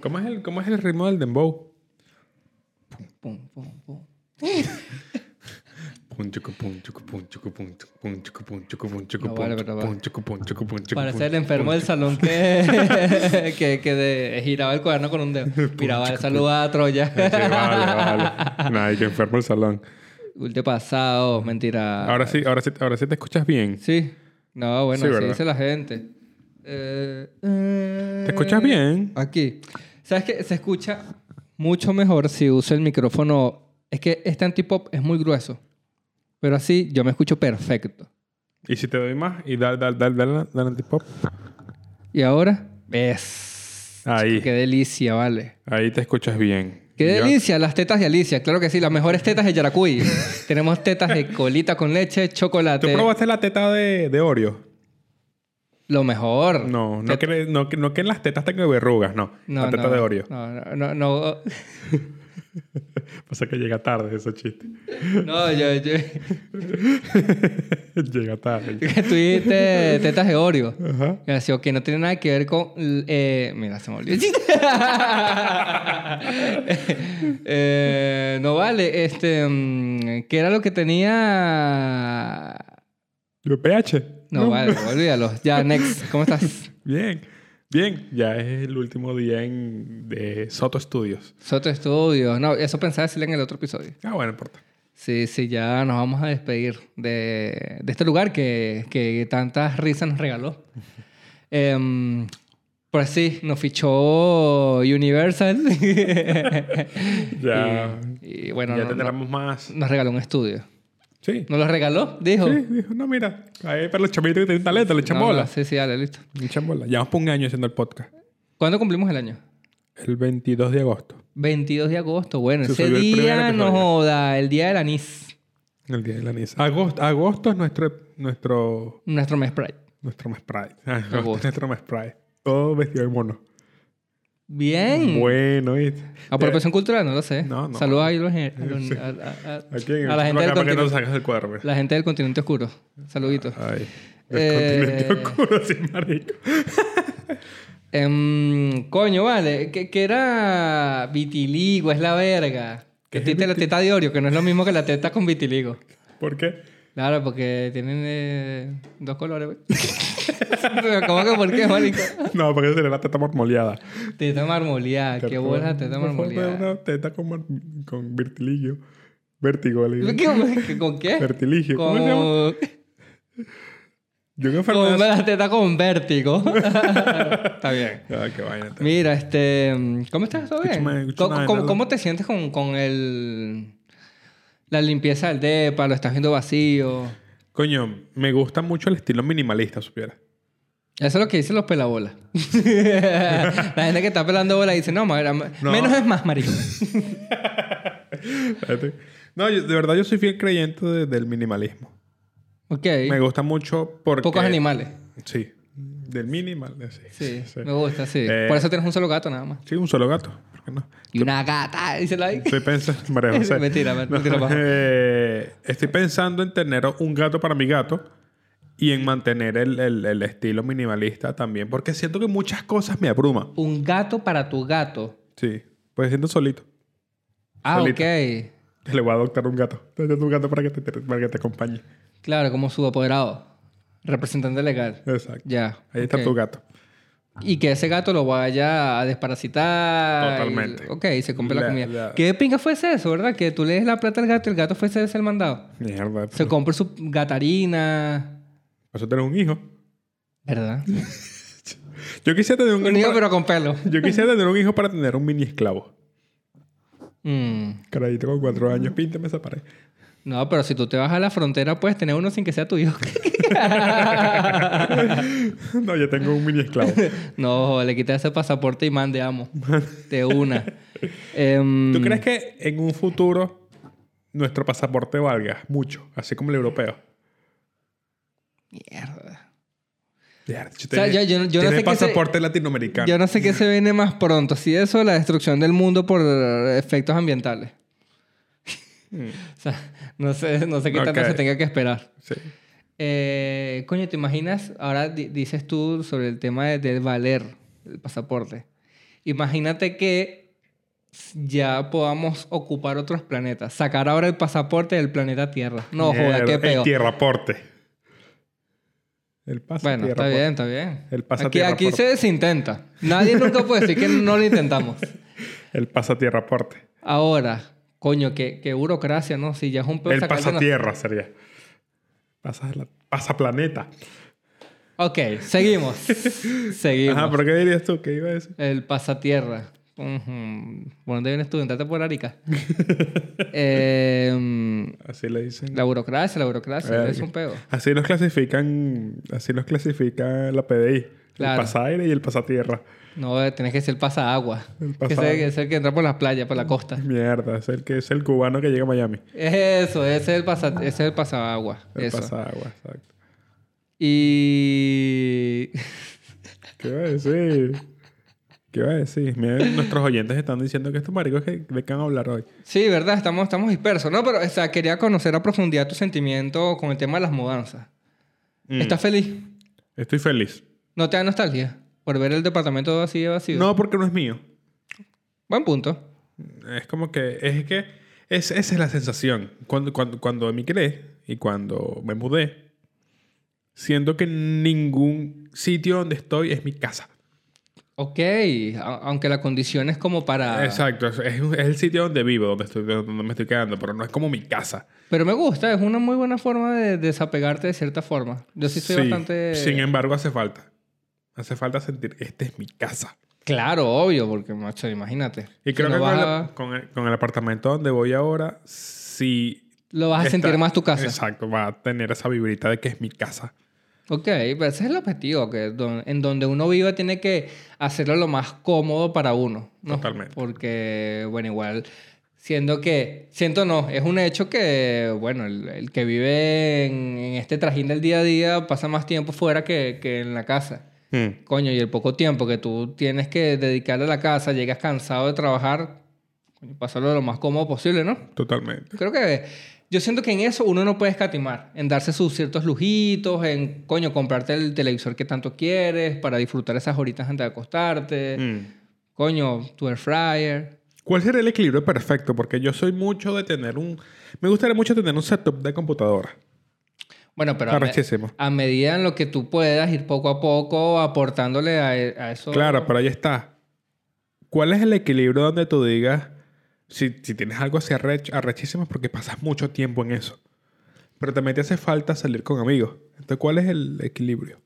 ¿Cómo es el, cómo es el ritmo del dembow? Pum, pum, pum. Pum, chucu, pum, chucu, pum, chucu, pum, chucu, pum, chucu, pum, chucu, pum, chucu, No pum, vale, chucu, pero va. pum, chucu, pum, chucu, pum, chucu, Parece pum, el enfermo del salón que, que, que de- giraba el cuaderno con un dedo. Miraba el saludo a Troya. Sí, vale, vale. Nadie que enfermo el salón. Ultepasado, mentira. Ahora sí, ahora sí, ahora sí te escuchas bien. Sí. No, bueno, Sí, así ¿verdad? dice la gente. ¿Te ¿Te escuchas bien? Aquí. ¿Sabes qué? Se escucha mucho mejor si uso el micrófono. Es que este antipop es muy grueso. Pero así yo me escucho perfecto. Y si te doy más y dale, dale, dale, dale, dale antipop. ¿Y ahora? ¿Ves? Ahí. Chico, Qué delicia, vale. Ahí te escuchas bien. Qué Yo- delicia, las tetas de Alicia. Claro que sí, las mejores tetas de Yaracuy. Tenemos tetas de colita con leche, ¿Tú chocolate. probaste la teta de, de Oreo? Lo mejor. No, no Tet- que, le- no, que, no que en las tetas tengo verrugas, no. No, la teta no, de Oreo. No, no, no, no, Pasa que llega tarde ese chiste. No, yo, yo llega tarde. tuviste tetas de Oreo. Ajá. Y así, ok, no tiene nada que ver con... eh, mira, se me olvidó. Eh, no vale, este... mm, ¿Qué era lo que tenía...? Yo pH. No, vale, olvídalo. Ya, next. ¿Cómo estás? Bien. Bien. Ya es el último día en, de Soto Studios. Soto Estudios. No, eso pensaba decirle en el otro episodio. Ah, bueno, no importa. Sí, sí, ya nos vamos a despedir de, de este lugar que, que tantas risas nos regaló. Em, pues sí, nos fichó Universal. Ya. Y, y bueno, ya no- tendremos más. no- nos regaló un estudio. Sí. ¿Nos lo regaló? Dijo. Sí, dijo, no, mira. Ahí para los chamitos que tienen talento, le echan No, no, bola. sí, sí, dale, listo. Le echan bola. Llevamos por un año haciendo el podcast. ¿Cuándo cumplimos el año? El 22 de agosto. 22 de agosto. Bueno, Se ese subió el primer día no episodio. joda, el día del anís. El día de la anís. Agosto, agosto es nuestro, nuestro, Nuestro mes Pride. nuestro mes pride. Agosto, Agosto. es nuestro mes pride. Todo vestido de mono. Bien. Bueno, y... Apropiación cultural, no lo sé. No, no. Saludos a los- a los- a- a- a- ¿A quién? a la gente Para que del no continente. sacas el cuadro, mira. La gente del continente oscuro. Saluditos. Ay. El Eh. continente oscuro, sí, marico. Em, coño, vale. ¿Qué, qué era vitiligo? Es la verga. Que tita la teta de Oreo, que no es lo mismo que la teta con vitiligo. ¿Por qué? Claro, porque tienen eh, dos colores, güey. Pero ¿Cómo que por qué, marico? No, porque sería la teta marmoleada. Teta marmoleada. Qué buena teta Una forma de marmoleada. Una teta con, mar- con vertiligio. Vértigo. le digo. ¿Qué- ¿Con qué? Vertiligio. ¿Cómo se llama? Con, Yo en con enfermedad. la teta con vértigo. Está bien. Ah, qué vaina. te- Mira, este. ¿Cómo estás? ¿Todo bien? Escúchame, escúchame, ¿Cómo, cómo- Nala. cómo te sientes con, con el. La limpieza del depa? ¿Lo estás viendo vacío? Coño, me gusta mucho el estilo minimalista, supiera. Eso es lo que dicen los pelabolas. la gente que está pelando bola dice: No, madre, ma- No. menos es más, marico. Fíjate. No, yo- de verdad yo soy fiel creyente de- del minimalismo. Ok. Me gusta mucho porque... Pocos animales. Sí. Del minimal, eh, sí. Sí, sí. me gusta, sí. Eh, Por eso tienes un solo gato nada más. Sí, un solo gato. ¿Por qué no? Y una gata, dice la. Estoy pensando... María José. Mentira, No, mentira, paja. eh, estoy pensando en tener un gato para mi gato y en mantener el, el- el estilo minimalista también. Porque siento que muchas cosas me abruman. Un gato para tu gato. Sí. Pues siento solito. Ah, Solito. ok. Le voy a adoptar un gato. Te doy un gato para que te, te- para que te acompañe. Claro, como subapoderado. Representante legal. Exacto. Ya. Ahí está ok. tu gato. Y que ese gato lo vaya a desparasitar. Totalmente. Y, ok, y se compra la La- comida. la- ¿Qué pinga fuese eso, verdad? Que tú le des la plata al gato y el gato fuese ese el mandado. Mierda. Se compra su gatarina. Por eso tener un hijo. ¿Verdad? Yo quisiera tener un, Un hijo hijo, para- pero con pelo. Yo quisiera tener un hijo para tener un mini esclavo. Mm. Carayito con cuatro años, píntame esa pared. No, pero si tú te vas a la frontera, puedes tener uno sin que sea tuyo. no, yo tengo un mini esclavo. no, le quitas ese pasaporte y mande amo. De una. Em, ¿Tú crees que en un futuro nuestro pasaporte valga mucho? Así como el europeo. Mierda. Mierda, yo sea, tenía- yo- yo no- yo no tenía sé qué pasaporte latinoamericano. Yo no sé qué se viene más pronto, si eso o la destrucción del mundo por efectos ambientales. Mm, o sea, no sé, no sé qué tanto Ok. se tenga que esperar. Sí. Eh, coño, ¿te imaginas? Ahora di- dices tú sobre el tema de, del valer el pasaporte. Imagínate que ya podamos ocupar otros planetas. Sacar ahora el pasaporte del planeta Tierra. No, joda, qué Mierda, El peo. tierraporte. El pasa Bueno, está tierraporte. bien, está bien. El aquí pasatierra aquí por- se desintenta. Nadie nunca puede decir que no lo intentamos. El pasatierraporte. Ahora, coño, qué, qué burocracia, ¿no? Si ya es un peo El sacar de nos- pasatierra sería. Pasa la- Pasaplaneta. Ok, seguimos. seguimos. Ajá, pero ¿qué dirías tú? ¿Qué iba a decir? El pasatierra. Ujú. ¿Por dónde vienes tú? ¿Entraste por Arica? Em, Así le dicen. la burocracia, la burocracia. Verga. Es un peo. Así los clasifican, así los clasifica la PDI. El Claro. pasaire y el pasatierra. No, eh, tienes que ser pasaagua. El Que pasa- ese- es el que entra por las playas, por la costa. Mierda, es el que es el cubano que llega a Miami. Eso, ese es el, pasa, ese es el pasaagua. El eso. pasagua, exacto. Y. ¿Qué iba a decir? ¿Qué iba a decir? Mira, nuestros oyentes están diciendo que estos maricos que, de qué van a hablar hoy. Sí, verdad, estamos, estamos dispersos. No, pero o sea, quería conocer a profundidad tu sentimiento con el tema de las mudanzas. Mm. ¿Estás feliz? Estoy feliz. ¿No te da nostalgia por ver el departamento así de vacío? No, porque no es mío. Buen punto. Es como que, es que, es, esa es la sensación. Cuando, cuando, cuando emigré y cuando me mudé, siento que ningún sitio donde estoy es mi casa. Ok, a- aunque la condición es como para... Exacto, es, es un- es el sitio donde vivo, donde, estoy, donde me estoy quedando, pero no es como mi casa. Pero me gusta, es una muy buena forma de desapegarte de cierta forma. Yo sí soy bastante... Sin em- embargo, hace falta. Hace falta sentir, esta es mi casa. Claro, obvio, porque, macho, imagínate. Y Si creo no que con, vas el- a- con el, con el apartamento donde voy ahora, sí. lo vas a está- sentir más tu casa. Exacto, va a tener esa vibrita de que es mi casa. Ok, pero ese es el objetivo, que don- en donde uno viva tiene que hacerlo lo más cómodo para uno. ¿no? Totalmente. Porque, bueno, igual, siendo que, siento no, es un hecho que, bueno, el, el que vive en, en este trajín del día a día pasa más tiempo fuera que, que en la casa. Mm. Coño, y el poco tiempo que tú tienes que dedicarle a la casa, llegas cansado de trabajar, coño, pasarlo lo más cómodo posible, ¿no? Totalmente. Creo que yo siento que en eso uno no puede escatimar, en darse sus ciertos lujitos, en coño, comprarte el televisor que tanto quieres para disfrutar esas horitas antes de acostarte, Mm. coño, tu air fryer. ¿Cuál sería el equilibrio perfecto? Porque yo soy mucho de tener un... Me gustaría mucho tener un setup de computadora. Bueno, pero a, me- Arrechísimo. a medida en lo que tú puedas ir poco a poco aportándole a, e, a eso. Claro, pero ahí está. ¿Cuál es el equilibrio donde tú digas, si, si tienes algo así arrech- arrechísimo, es porque pasas mucho tiempo en eso? Pero también te hace falta salir con amigos. Entonces, ¿cuál es el equilibrio?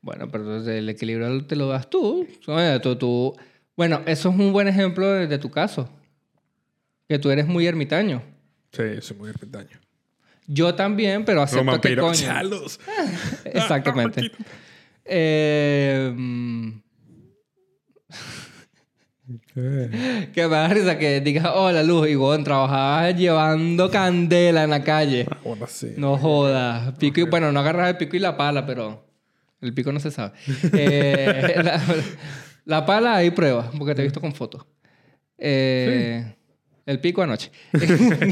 Bueno, pero entonces el equilibrio te lo das tú. Oye, tú, tú- Bueno, eso es un buen ejemplo de- de tu caso, que tú eres muy ermitaño. Sí, soy muy ermitaño. Yo también, pero Los acepto que coño. vampiros. chalos. Exactamente. Eh, mm, Eh, que me da risa que digas, hola Luz, y vos trabajabas llevando candela en la calle. Ahora sí. No jodas. Pico y, bueno, no agarras el pico y la pala, pero el pico no se sabe. Eh, la, la pala hay pruebas, porque te he visto con fotos. Eh, El pico anoche.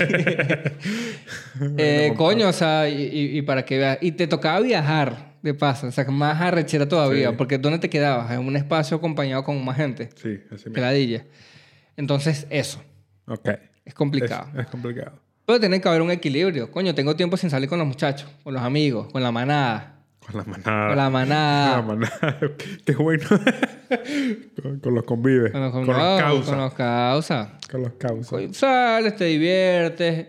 Eh, coño, o sea, y, y- y para que veas. Y te tocaba viajar, de paso. O sea, que más arrechera todavía. Sí. Porque ¿dónde te quedabas? En un espacio acompañado con más gente. Sí, así mismo. Peladilla. Entonces, eso. Ok. Es complicado. Es, es complicado. Pero tiene que haber un equilibrio. Coño, tengo tiempo sin salir con los muchachos, con los amigos, con la manada. Con la manada. Con la Ah, manada. man. Qué bueno. con, con los convives. Con los, no, causas. Con Con los, los causa. causas. Coño, Sales, te diviertes.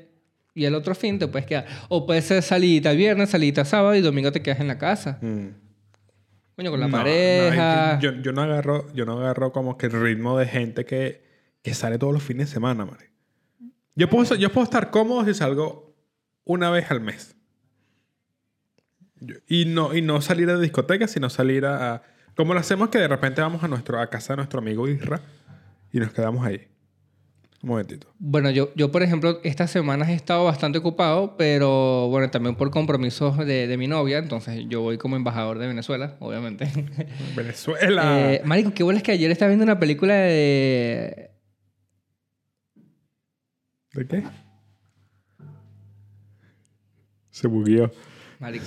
Y el otro fin te puedes quedar. O puede ser salita viernes, salita sábado y domingo te quedas en la casa. Mm. Coño, con la No, no, pareja. yo, yo no agarro, yo no agarro como que el ritmo de gente que, que sale todos los fines de semana, man. Yo puedo, ser- yo puedo estar cómodo si salgo una vez al mes. Yo- Y no, y no salir a discotecas, sino salir a, a- Como lo hacemos que de repente vamos a, nuestro, a casa de nuestro amigo Isra y nos quedamos ahí. Un momentito. Bueno, yo, yo, por ejemplo, estas semanas he estado bastante ocupado, pero bueno, también por compromisos de, de mi novia. Entonces yo voy como embajador de Venezuela, obviamente. Venezuela. Eh, marico, qué bueno es que ayer estaba viendo una película de... ¿De qué? Se bugueó. Marico.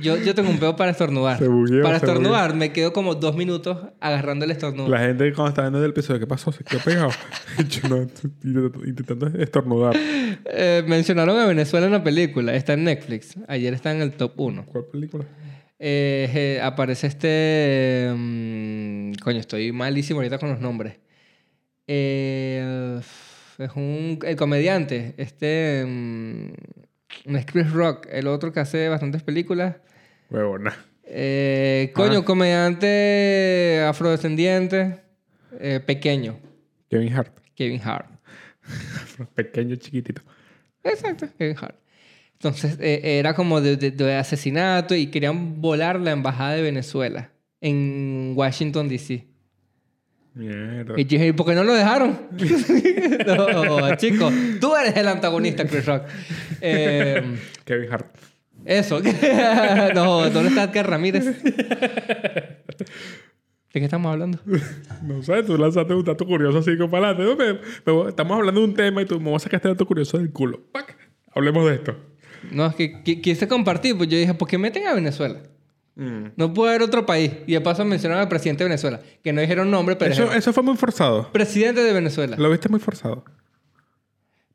Yo, yo tengo un peo para estornudar. Se bugueó, para se estornudar me quedo como dos minutos agarrando el estornudo. La gente cuando está viendo el episodio, ¿qué pasó? ¿Se quedó pegado? Yo no, intentando- intentando estornudar. Eh, mencionaron a Venezuela en la película. Está en Netflix. Ayer está en el top 1. ¿Cuál película? aparece este... mm, coño, estoy malísimo ahorita con los nombres. Eh, es un el comediante. Este... mm, no es Chris Rock. El otro que hace bastantes películas. Huevona. Eh, coño, Ah. comediante afrodescendiente. eh, pequeño. Kevin Hart. Kevin Hart. Pequeño, chiquitito. Exacto, Kevin Hart. Entonces eh, era como de, de- de asesinato y querían volar la embajada de Venezuela en Washington, D.C. Mierda. Y yo dije, ¿y por qué no lo dejaron? no, chicos, tú eres el antagonista, Chris Rock. Eh, Kevin Hart. eso. no, ¿dónde está Edgar Ramírez? ¿De qué estamos hablando? No sé, tú lanzaste un dato curioso así como para adelante. Me- me voy- estamos hablando de un tema y tú me vas a sacar este dato curioso del culo. ¡Pac! Hablemos de esto. No, es que qui- quise compartir, pues yo dije, ¿por qué meten a Venezuela? Mm. No puede haber otro país. Y de paso mencionaron al presidente de Venezuela, que no dijeron nombre, pero Eso, dijeron, eso fue muy forzado. presidente de Venezuela. Lo viste muy forzado.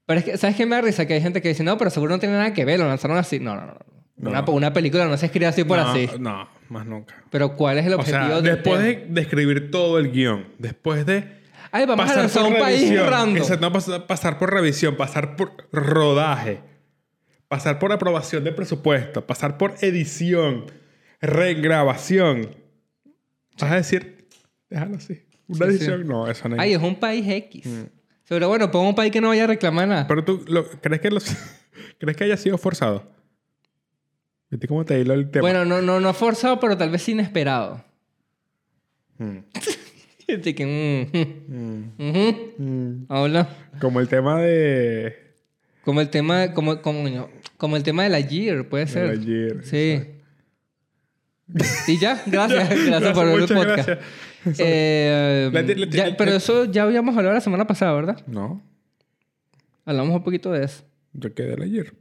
Pero es que, ¿sabes qué me da risa? Que hay gente que dice, no, pero seguro no tiene nada que ver, lo lanzaron así. No, no, no. No. Una, una película no se escribe así por no, así. No, más nunca. Pero ¿cuál es el O objetivo sea, del después tema? de, de escribir todo el guión, después de Ay, vamos a lanzar un país random. Exacto, no, pas- pasar por revisión, pasar por rodaje, pasar por aprobación de presupuesto, pasar por edición, regrabación. Vas a decir, déjalo así. Una Sí, sí. edición, no, eso no. Ay, hay. es un país X. Pero bueno, pongo un país que no vaya a reclamar nada. Mm. Pero tú, lo- ¿crees, que los, ¿crees que haya sido forzado? ¿Viste cómo te hilo el tema? bueno, no, no, no forzado, pero tal vez inesperado. Mm, Así que, mm, mm, ujú. mm. Hola. Como el tema de... Como el tema, como, como, no, como el tema de la year, puede de ser. la Year. sí. Y ya, gracias. gracias por ver el Muchas podcast. gracias. Eh, La- la- ya- la- pero la- eso ya habíamos hablado la semana pasada, ¿verdad? No, Hablamos un poquito de eso. yo quedé del ayer.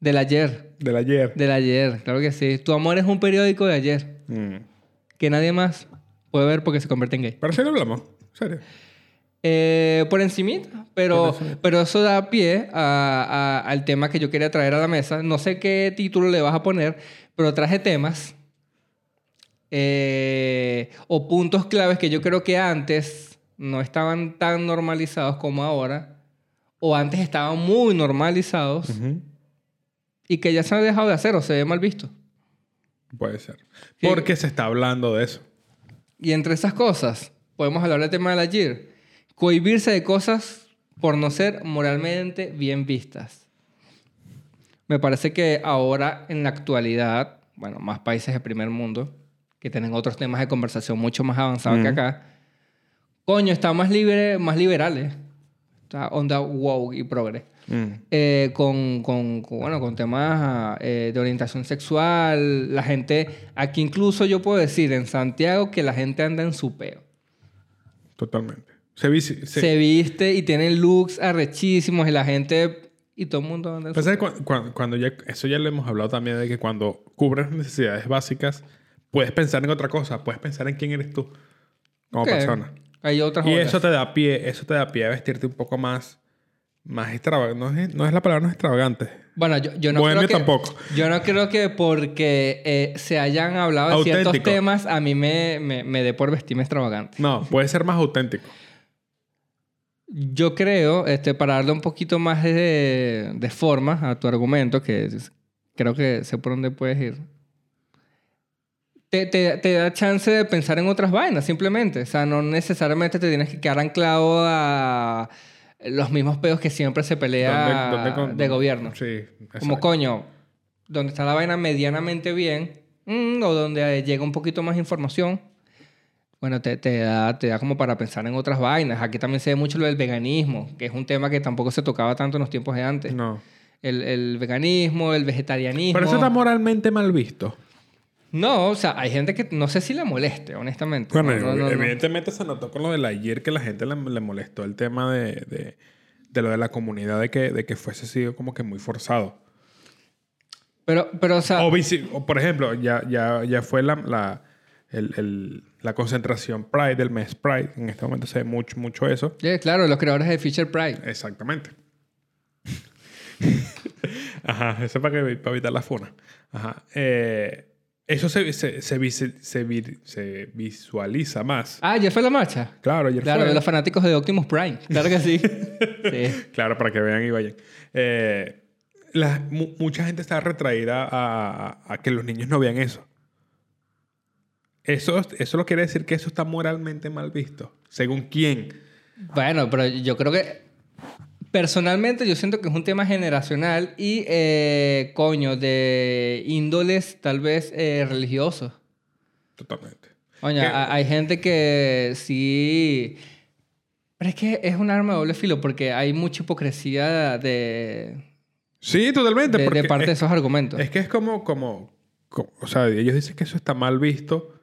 Del ayer. Del ayer. Del ayer, claro que sí. Tu amor es un periódico de ayer Mm. que nadie más puede ver porque se convierte en gay. Pero sí lo hablamos. En serio. Eh, por encimita, pero, pero eso da pie a- a- al tema que yo quería traer a la mesa. No sé qué título le vas a poner, pero traje temas eh, o puntos claves que yo creo que antes no estaban tan normalizados como ahora, o antes estaban muy normalizados y que ya se han dejado de hacer o se ve mal visto. Puede ser. Sí. Porque se está hablando de eso. Y entre esas cosas, podemos hablar del tema del ayer. Cohibirse de cosas por no ser moralmente bien vistas. Me parece que ahora, en la actualidad, bueno, más países de primer mundo, que tienen otros temas de conversación mucho más avanzados que Ujú. acá, coño, están más, libre, más liberales. Está onda wow y progre. Eh, con, con- con, bueno, con temas eh, de orientación sexual. La gente, aquí incluso yo puedo decir en Santiago que la gente anda en su peo. Totalmente. Se viste. Se... Se viste y tienen looks arrechísimos y la gente y todo el mundo anda en su Pasa que cuan- cuan- cuando, ya, eso ya lo hemos hablado también de que cuando cubres necesidades básicas, puedes pensar en otra cosa, puedes pensar en quién eres tú como Ok. persona. Hay otras Y olas. eso te da pie, eso te da pie a vestirte un poco más, más extravagante. No es, no es la palabra no es extravagante. Bueno, yo, yo no Bohemio creo que, tampoco. Yo no creo que porque eh, se hayan hablado de ciertos Auténtico. temas a mí me, me, me dé por vestirme extravagante. No, puede ser más auténtico. Yo creo, este, para darle un poquito más de, de forma a tu argumento, que es- creo que sé por dónde puedes ir, te, te- te da chance de pensar en otras vainas, simplemente. O sea, no necesariamente te tienes que quedar anclado a los mismos pedos que siempre se pelea ¿Dónde- dónde con- de gobierno. Sí. Como exacto. coño, donde está la vaina medianamente bien, mm, o donde llega un poquito más información, bueno, te, te da, te da como para pensar en otras vainas. Aquí también se ve mucho lo del veganismo, que es un tema que tampoco se tocaba tanto en los tiempos de antes. No. El, el veganismo, el vegetarianismo. Pero eso está moralmente mal visto. No, o sea, hay gente que no sé si le moleste, honestamente. Bueno, No, no, no, no. evidentemente se notó con lo del ayer que la gente le, le molestó el tema de, de- de lo de la comunidad, de que, de que fuese sido como que muy forzado. Pero, pero, o sea, O, bici- o, por ejemplo, ya, ya, ya fue la, la, el- el- la concentración Pride del mes Pride. En este momento se ve mucho, mucho eso. yeah, claro, los creadores de Fisher Pride. Exactamente. Ajá, eso es para, que, para evitar la funa. Ajá. Eh, eso se, se, se, visi- se vir- se visualiza más. Ah, ya fue la marcha. Claro, ayer Claro, fue. de los fanáticos de Optimus Prime. Claro que sí. sí. Claro, para que vean y vayan. Eh, la- mu- mucha gente está retraída a, a- a que los niños no vean eso. Eso, eso lo quiere decir que eso está moralmente mal visto. ¿Según quién? Bueno, pero yo creo que personalmente yo siento que es un tema generacional y, eh, coño, de índoles tal vez eh, religiosos. Totalmente. Coño, Que- ha- hay gente que sí... Pero es que es un arma de doble filo porque hay mucha hipocresía de, Sí, totalmente. de- de, porque parte de es, esos argumentos. es que es como, como, co- O sea, ellos dicen que eso está mal visto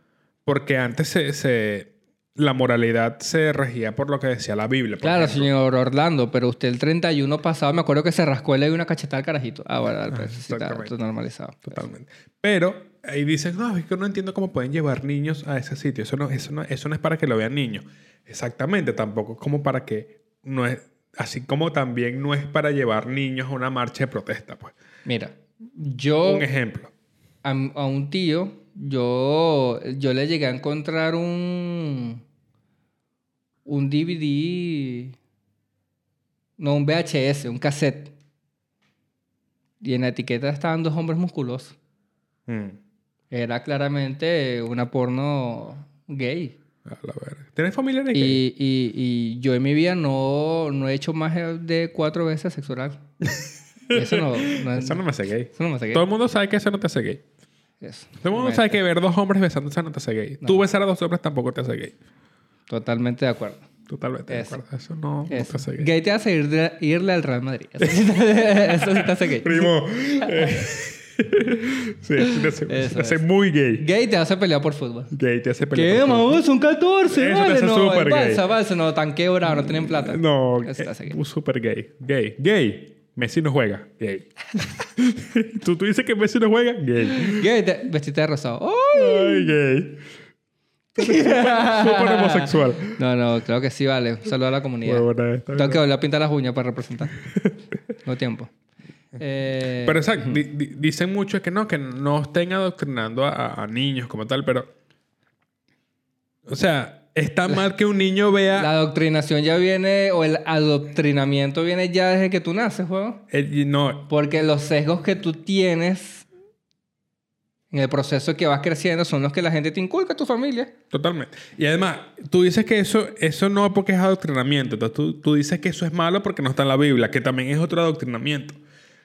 porque antes se, se- la moralidad se regía por lo que decía la Biblia. por Claro, ejemplo. señor Orlando, pero usted el 31 pasado me acuerdo que se rascó y le dio una cachetada al carajito. Ah, bueno, pues, sí, está, exactamente. está normalizado. Totalmente. Pero ahí dicen, no, es que no entiendo cómo pueden llevar niños a ese sitio. Eso no, eso no, eso no es para que lo vean niños. Exactamente, tampoco es como para que no es, así como también no es para llevar niños a una marcha de protesta, pues. Mira, yo... Un ejemplo. a, a un tío, yo, yo le llegué a encontrar un, un DVD, no un VHS, un cassette. Y en la etiqueta estaban dos hombres musculosos. Mm. Era claramente una porno gay. A la verga. ¿Tienes familiares? gays? Y, y- y yo en mi vida no, no he hecho más de cuatro veces sexo oral. Y Eso no, no es- Eso no me hace gay. eso no me hace gay. Todo el mundo sabe que eso no te hace gay. Eso. Todo el mundo Bueno, sabe que ver dos hombres besándose no te hace gay. Tú besar a dos hombres tampoco te hace gay. Totalmente de acuerdo. Totalmente. de Eso. acuerdo. Eso no, no te Eso. hace gay. Gay te hace ir de- irle al Real Madrid. Eso sí te, eso sí te hace gay. Primo. Eh, sí, sí, te hace, Eso te hace es. muy gay. Gay te hace pelear por fútbol. Gay, te hace pelear. ¿Qué, por fútbol. mamá? Son 14, Eso te vale. hace No, súper gay. balsa, balsa, no, tan quebrado, no tienen plata. No, Eso te hace eh, gay. un super gay. Gay, gay. Messi no juega. Gay. ¿Tú, tú dices que Messi no juega. Gay. Gay te vestiste de rosado. ¡Ay! Ay, gay. Súper homosexual. No, no, creo que sí, vale. Un saludo a la comunidad. Huevona esta, Tengo que volver a pintar las uñas para representar. No tiempo. Eh, Pero exacto, di- di- dicen mucho que no, que no estén adoctrinando a- a, a niños como tal, pero. O sea, está mal que un niño vea. la adoctrinación ya viene, o el adoctrinamiento viene ya desde que tú naces, juego. el- y no, Porque los sesgos que tú tienes en el proceso que vas creciendo son los que la gente te inculca a tu familia. Totalmente. Y además, tú dices que eso, eso no es porque es adoctrinamiento. Entonces tú, tú dices que eso es malo porque no está en la Biblia, que también es otro adoctrinamiento.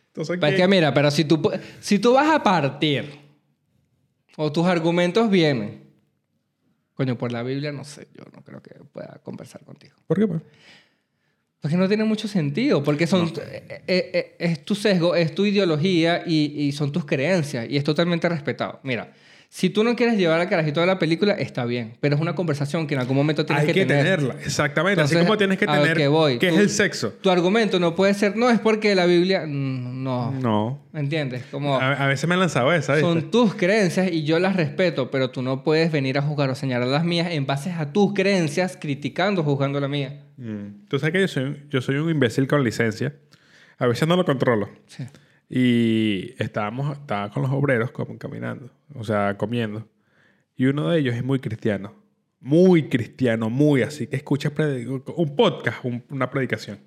Entonces, Pero Pues es ¿qué? que mira, pero si tú, pu- si tú vas a partir o tus argumentos vienen, coño, por la Biblia no sé, yo no creo que pueda conversar contigo. ¿Por qué? pues? pa? Porque no tiene mucho sentido, porque son, eh, eh, eh, es tu sesgo, es tu ideología y, y son tus creencias y es totalmente respetado. Mira, si tú no quieres llevar al carajito de la película, está bien, pero es una conversación que en algún momento tienes Hay que, tener. tenerla. Exactamente. Así Entonces, como tienes que a lo tener que voy, qué tú- es el sexo. Tu argumento no puede ser, no, es porque la Biblia. mm, No. No. ¿Me entiendes? Como A, a veces me han lanzado esa, ¿viste? son tus creencias y yo las respeto, pero tú no puedes venir a juzgar o señalar las mías en base a tus creencias, criticando o juzgando la mía. Mm. Tú sabes que yo soy, un- yo soy un imbécil con licencia. A veces no lo controlo. Sí. Y estábamos, estaba con los obreros como caminando, o sea, comiendo. Y uno de ellos es muy cristiano. Muy cristiano, muy así. Que escucha predi- un podcast, un- una predicación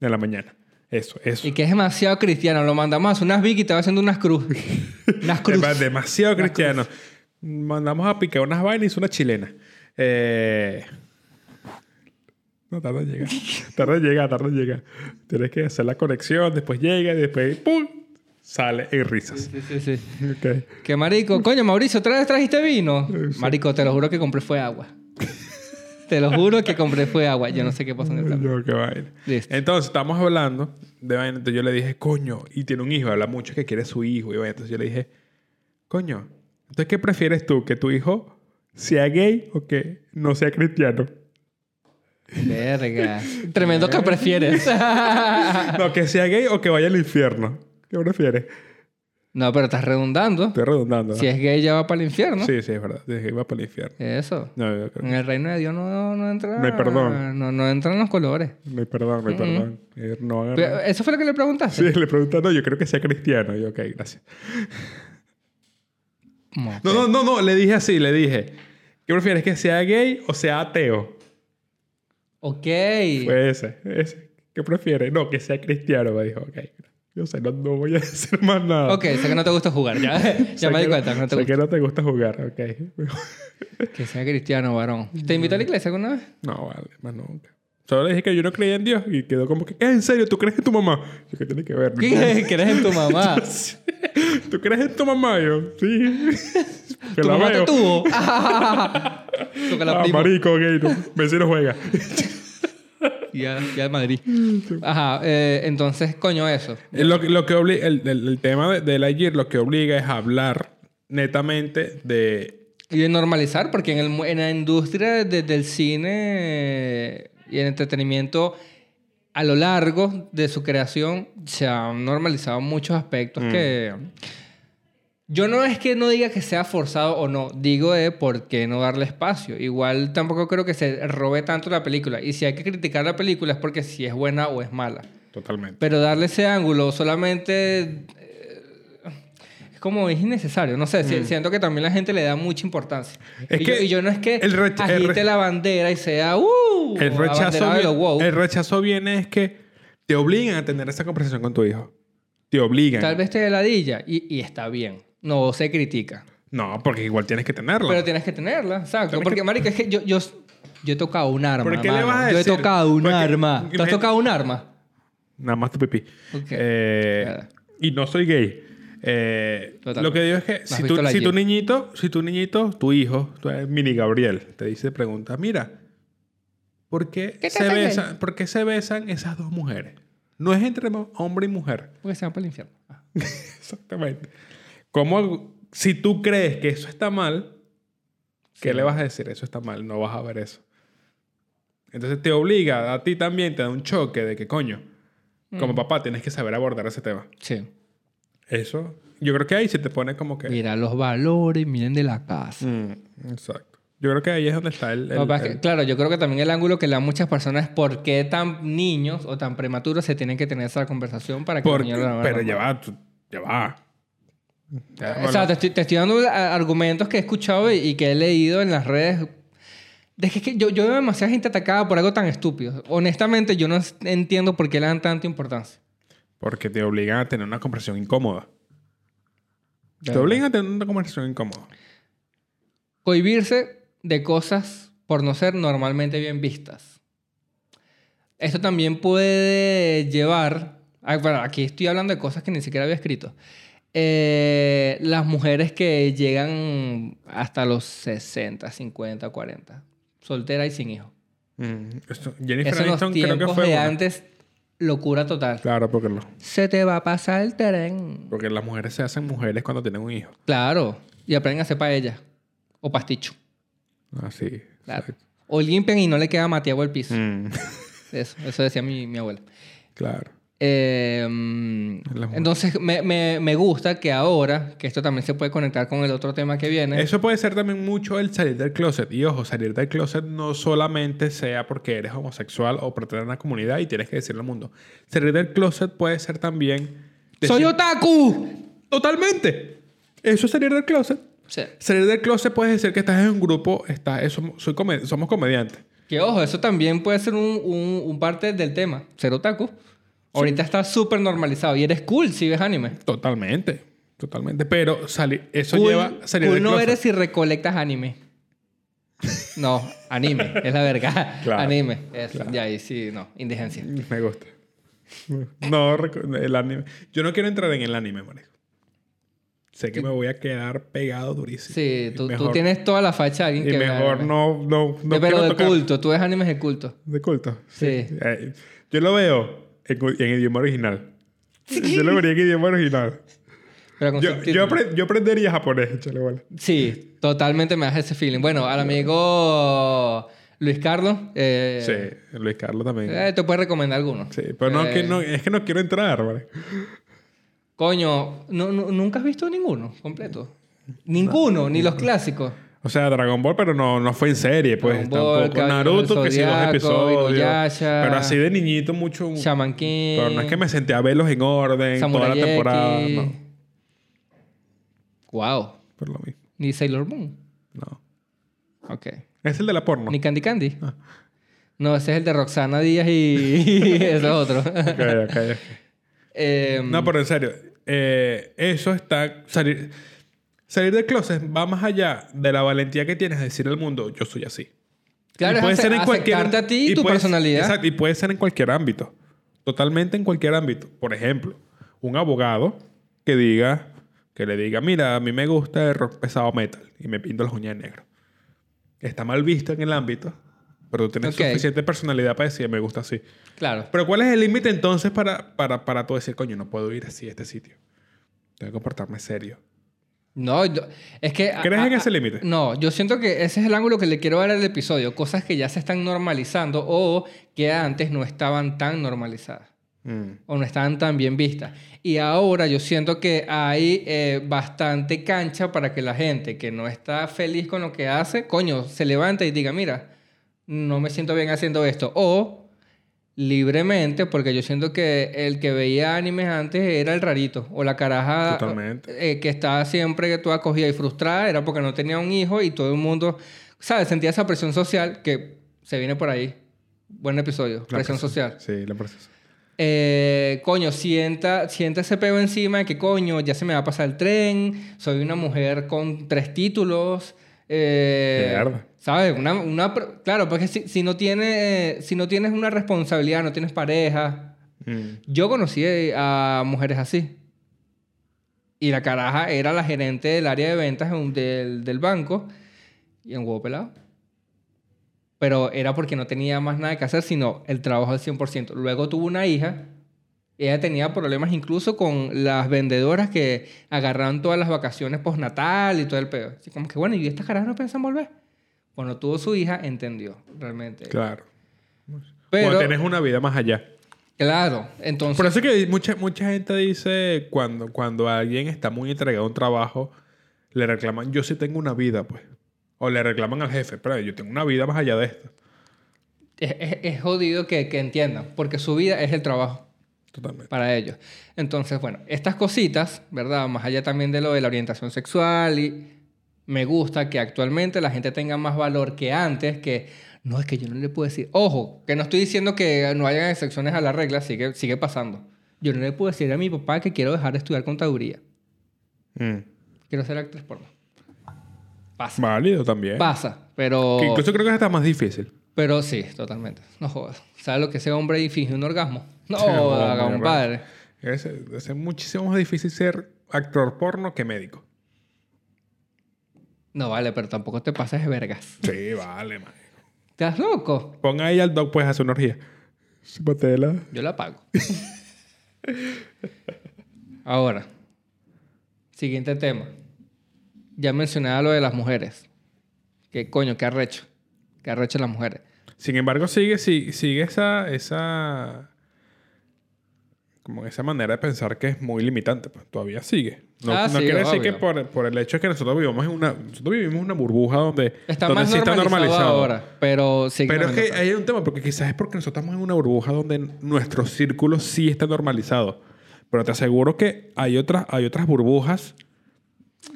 de la mañana. Eso, eso. Y que es demasiado cristiano, lo mandamos a hacer unas big y te va haciendo unas cruz. unas cruz. Dema- demasiado cristiano. Mandamos a picar unas vainas y hizo una chilena. Eh... No, tarda en llegar. Tarda en llegar, tarda en llegar. Tienes que hacer la conexión, después llega y después ¡pum! sale en risas. Sí, sí, sí. Ok. Que marico, coño, Mauricio, otra vez trajiste vino. Marico, te lo juro que compré fue agua. te lo juro que compré fue agua. Yo no sé qué pasó en el plan. Yo, qué vaina. Listo. Entonces, estamos hablando de vaina. Entonces yo le dije, coño, y tiene un hijo, habla mucho que quiere su hijo. Y vaina. entonces yo le dije, coño, entonces, ¿qué prefieres tú? ¿Que tu hijo sea gay o que no sea cristiano? Verga. Tremendo que prefieres. No, que sea gay o que vaya al infierno. ¿Qué prefieres? No, pero estás redundando. Estoy redundando. Si es gay ya va para el infierno. Sí, sí, es verdad. Si es gay, va para el infierno. Eso. No, yo creo En el reino de Dios no, no entra... No hay perdón. No, no entran los colores. que- No hay perdón, no hay perdón. Eh, No van a... Mm. Mm-hmm. Pero, ¿Eso fue lo que le preguntaste? Sí, le preguntan, no, yo creo que sea cristiano. Y yo, ok, gracias. Como- No, no, no, no, le dije así, le dije. ¿Qué prefieres, que sea gay o sea ateo? Ok. Fue ese, ese. ¿Qué prefieres? No, que sea cristiano. Me dijo, ok. Yo sé, no, no voy a decir más nada. Ok, sé que no te gusta jugar. Ya, ya Sé me di que- cuenta. No te sé gusta. que no te gusta jugar, ok. Que sea cristiano, varón. ¿Te invitó a la iglesia alguna vez? No, vale, más nunca. Solo le dije que yo no creía en Dios y quedó como que, ¿qué? ¿En serio? ¿Tú crees en tu mamá? Yo, ¿qué tiene que ver? ¿Qué crees en tu mamá? ¿Tú crees en tu mamá? Yo, sí. Que ¿Tu la mamá veo. te tuvo? Ah, Tú que la Ah, prima. marico, gay. No. Vecino juega. Ya, ya de Madrid. Ajá, eh, entonces, coño, eso. Eh, Lo, que- lo que obli- el, el- el tema de- del ayer lo que obliga es a hablar netamente de... Y de normalizar, porque en, el mu- en la industria de- del cine y el entretenimiento, a lo largo de su creación, se han normalizado muchos aspectos que... Yo no es que no diga que sea forzado o no, digo de por qué no darle espacio. Igual tampoco creo que se robe tanto la película. Y si hay que criticar la película es porque si es buena o es mala. Totalmente. Pero darle ese ángulo solamente eh, es como es innecesario. No sé, si- siento que también la gente le da mucha importancia. Mm. Es y, que yo, y yo no es que el rech- el agite rech- la bandera y sea ¡uh! El rechazo, abanderado de vi- los woke. el rechazo viene es que te obligan a tener esa conversación con tu hijo. Te obligan. Tal vez te dé ladilla y, y está bien. No se critica. No, porque igual tienes que tenerla. Pero tienes que tenerla, exacto. Tienes Porque, que- marica, es que yo, yo, yo he tocado un arma, ¿Pero qué le mano. vas a Yo he decir? tocado un Porque- arma. ¿Tú has imagínate- tocado un arma? Nada más tu pipí. Ok. Eh, Claro. y no soy gay. Eh, Total. lo que digo es que has si, visto tu, la si tu Jet. niñito, si tu niñito, tu hijo, tu eh, mini Gabriel, te dice, pregunta, mira, ¿por qué, ¿Qué se tal, Gabriel? besan, ¿por qué se besan esas dos mujeres? No es entre mo- hombre y mujer. Porque se van para el infierno. Ah. Exactamente. ¿Cómo, si tú crees que eso está mal, ¿qué Sí. le vas a decir? Eso está mal, no vas a ver eso. Entonces te obliga, a ti también te da un choque de que, coño, Mm. como papá tienes que saber abordar ese tema. Sí. Eso, yo creo que ahí se te pone como que... Mira los valores, miren de la casa. Mm, exacto. Yo creo que ahí es donde está el... el- Lo que pasa es que, el- claro, yo creo que también el ángulo que le dan muchas personas es por qué tan niños o tan prematuros se tienen que tener esa conversación para que los porque- niños lo hagan pero normal. ya va, tú- ya va. Ya, O sea, bueno, te estoy, te estoy dando a- argumentos que he escuchado y, y que he leído en las redes. Es que, es que yo, yo veo demasiada gente atacada por algo tan estúpido. Honestamente, yo no es- entiendo por qué le dan tanta importancia. Porque te obligan a tener una conversación incómoda. Te Claro. obligan a tener una conversación incómoda. Cohibirse de cosas por no ser normalmente bien vistas. Esto también puede llevar. ah, Bueno, aquí estoy hablando de cosas que ni siquiera había escrito. Eh, las mujeres que llegan hasta los 60, 50, 40, soltera y sin hijos. Mm, esto- Jennifer Eso en los Aniston creo que tiempos fue de una. antes, locura total. Claro, porque no. Se te va a pasar el tren. Porque las mujeres se hacen mujeres cuando tienen un hijo. Claro. Y aprenden a hacer paella. O pasticho. Así. Claro. O limpian y no le queda mateado el piso. Mm, Eso, eso decía mi, mi abuela. claro. Eh, mm, La mujer. entonces, me, me- me gusta que ahora, que esto también se puede conectar con el otro tema que viene. Eso puede ser también mucho el salir del closet. Y ojo, salir del closet no solamente sea porque eres homosexual o perteneces a una comunidad y tienes que decirle al mundo. Salir del closet puede ser también. decir- ¡Soy otaku! ¡Totalmente! Eso es salir del closet. Sí. Salir del closet puede decir que estás en un grupo, estás, eh, somos, soy come- somos comediantes. Que ojo, eso también puede ser un, un- un parte del tema. Ser otaku. Ahorita está súper normalizado y eres cool si ves anime. Totalmente. Totalmente. Pero salir, eso Cool- lleva a salir cool del no closet. eres si recolectas anime. No, anime, es la verga. Claro, anime, eso. Ya ahí sí, no, indigencia. Me gusta. No, recu- el anime. Yo no quiero entrar en el anime, marico. Sé que me voy a quedar pegado durísimo. Sí, Y tú, tú mejor- tienes toda la facha de alguien Y que ve mejor anime. no, no, no De- Pero quiero de tocar. culto, tú ves animes de culto. De culto. Sí. Eh, yo lo veo en, cu- en idioma original. Yo lo vería en idioma original. Pero con Yo, yo, subtítulos. apre- yo aprendería japonés, chale, vale. Sí, totalmente me das ese feeling. Bueno, al amigo Luis Carlos, eh, Sí, Luis Carlos también. eh, te puede recomendar algunos. Sí, pero no, Eh, que no, es que no quiero entrar, vale. Coño, no, no- ¿nunca has visto ninguno completo? Ninguno, ni los clásicos. O sea, Dragon Ball, pero no, no fue en serie, pues. Dragon Ball, tampoco. Caballeros del Naruto, que sí, dos Zodiaco, episodios. Inuyasha. Pero así de niñito, mucho. Shaman King. Pero no es que me senté a verlos en orden toda la temporada. No, Wow. por lo mismo. Ni Sailor Moon. No. Ok. Es el de la porno. Ni Candy Candy. Ah. No, ese es el de Roxana Díaz y ese es otro. Ok, ok, ok. Em, No, pero en serio, eh, eso está. Salir, salir del closet va más allá de la valentía que tienes de decir al mundo, yo soy así. claro, Y es ace- aceptarte a ti y tu puede- personalidad. Exacto, y puede ser en cualquier ámbito. Totalmente en cualquier ámbito. Por ejemplo, un abogado que diga, que le diga, mira, a mí me gusta el rock pesado metal y me pinto las uñas de negro. Está mal visto en el ámbito, pero tú tienes Ok. suficiente personalidad para decir, me gusta así. Claro. Pero ¿cuál es el límite entonces para, para, para tú decir, coño, no puedo ir así a este sitio? Tengo que comportarme serio. No, yo- es que... a- ¿Crees en a- ese límite? No, yo siento que ese es el ángulo que le quiero dar al episodio. Cosas que ya se están normalizando o que antes no estaban tan normalizadas. Mm. o no estaban tan bien vistas. Y ahora yo siento que hay eh, bastante cancha para que la gente que no está feliz con lo que hace, coño, se levante y diga, mira, no me siento bien haciendo esto. O libremente, porque yo siento que el que veía animes antes era el rarito, o la caraja Totalmente. eh, que estaba siempre toda cogida y frustrada, era porque no tenía un hijo y todo el mundo, ¿sabes? Sentía esa presión social que se viene por ahí. Buen episodio, La presión social. Sí, la presión. Eh, coño, sienta, sienta ese peo encima de que coño, ya se me va a pasar el tren, soy una mujer con tres títulos. Eh, Mierda. ¿Sabes? Una, una pr- claro, porque si, si no tiene, si no tienes una responsabilidad, no tienes pareja. Mm. Yo conocí eh, a mujeres así. Y la caraja era la gerente del área de ventas de un- del, del banco. Y un huevo pelado. Pero era porque no tenía más nada que hacer, sino el trabajo al 100%. Luego tuvo una hija. Ella tenía problemas incluso con las vendedoras que agarraron todas las vacaciones postnatal y todo el pedo. Así como que, bueno, ¿y estas carajas no piensan volver? Cuando tuvo su hija, entendió realmente. Claro. Pero, Cuando tienes una vida más allá. claro, entonces... Por eso que mucha, mucha gente dice cuando, cuando alguien está muy entregado a un trabajo, le reclaman, yo sí tengo una vida, pues. O le reclaman al jefe, pero yo tengo una vida más allá de esto. es, es- es jodido que, que entiendan, porque su vida es el trabajo Totalmente. para ellos. Entonces, bueno, estas cositas, ¿verdad? Más allá también de lo de la orientación sexual y me gusta que actualmente la gente tenga más valor que antes, que no es que yo no le puedo decir, ojo, que no estoy diciendo que no hayan excepciones a la regla, sigue, sigue pasando. Yo no le puedo decir a mi papá que quiero dejar de estudiar contaduría, Mm. quiero ser actriz porno. Pasa. Válido también. Pasa, pero... Que incluso creo que está más difícil. Pero sí, totalmente. No jodas. ¿Sabes lo que ese hombre y finge un orgasmo? No, Sí, no, haga hombre, un padre. Es, es muchísimo más difícil ser actor porno que médico. No vale, pero tampoco te pases de vergas. Sí, vale, man. ¿Estás loco? Ponga ahí al doc, pues, hace una orgía. Su patela. Yo la pago. Ahora, siguiente tema. Ya mencionaba lo de las mujeres. ¿Qué coño? ¿Qué arrecho? ¿Qué arrecho las mujeres? Sin embargo, sigue, si- sigue esa, esa. Como esa manera de pensar que es muy limitante, pues todavía sigue. No, Ah, no sí, quiere decir obvio. que por, por el hecho de que nosotros vivimos en una, nosotros vivimos en una burbuja donde, Está donde más sí normalizado, ahora, pues. pero sigue Pero es habiendo que cosas. hay un tema, porque quizás es porque nosotros estamos en una burbuja donde nuestro círculo sí está normalizado. Pero te aseguro que hay otras, hay otras burbujas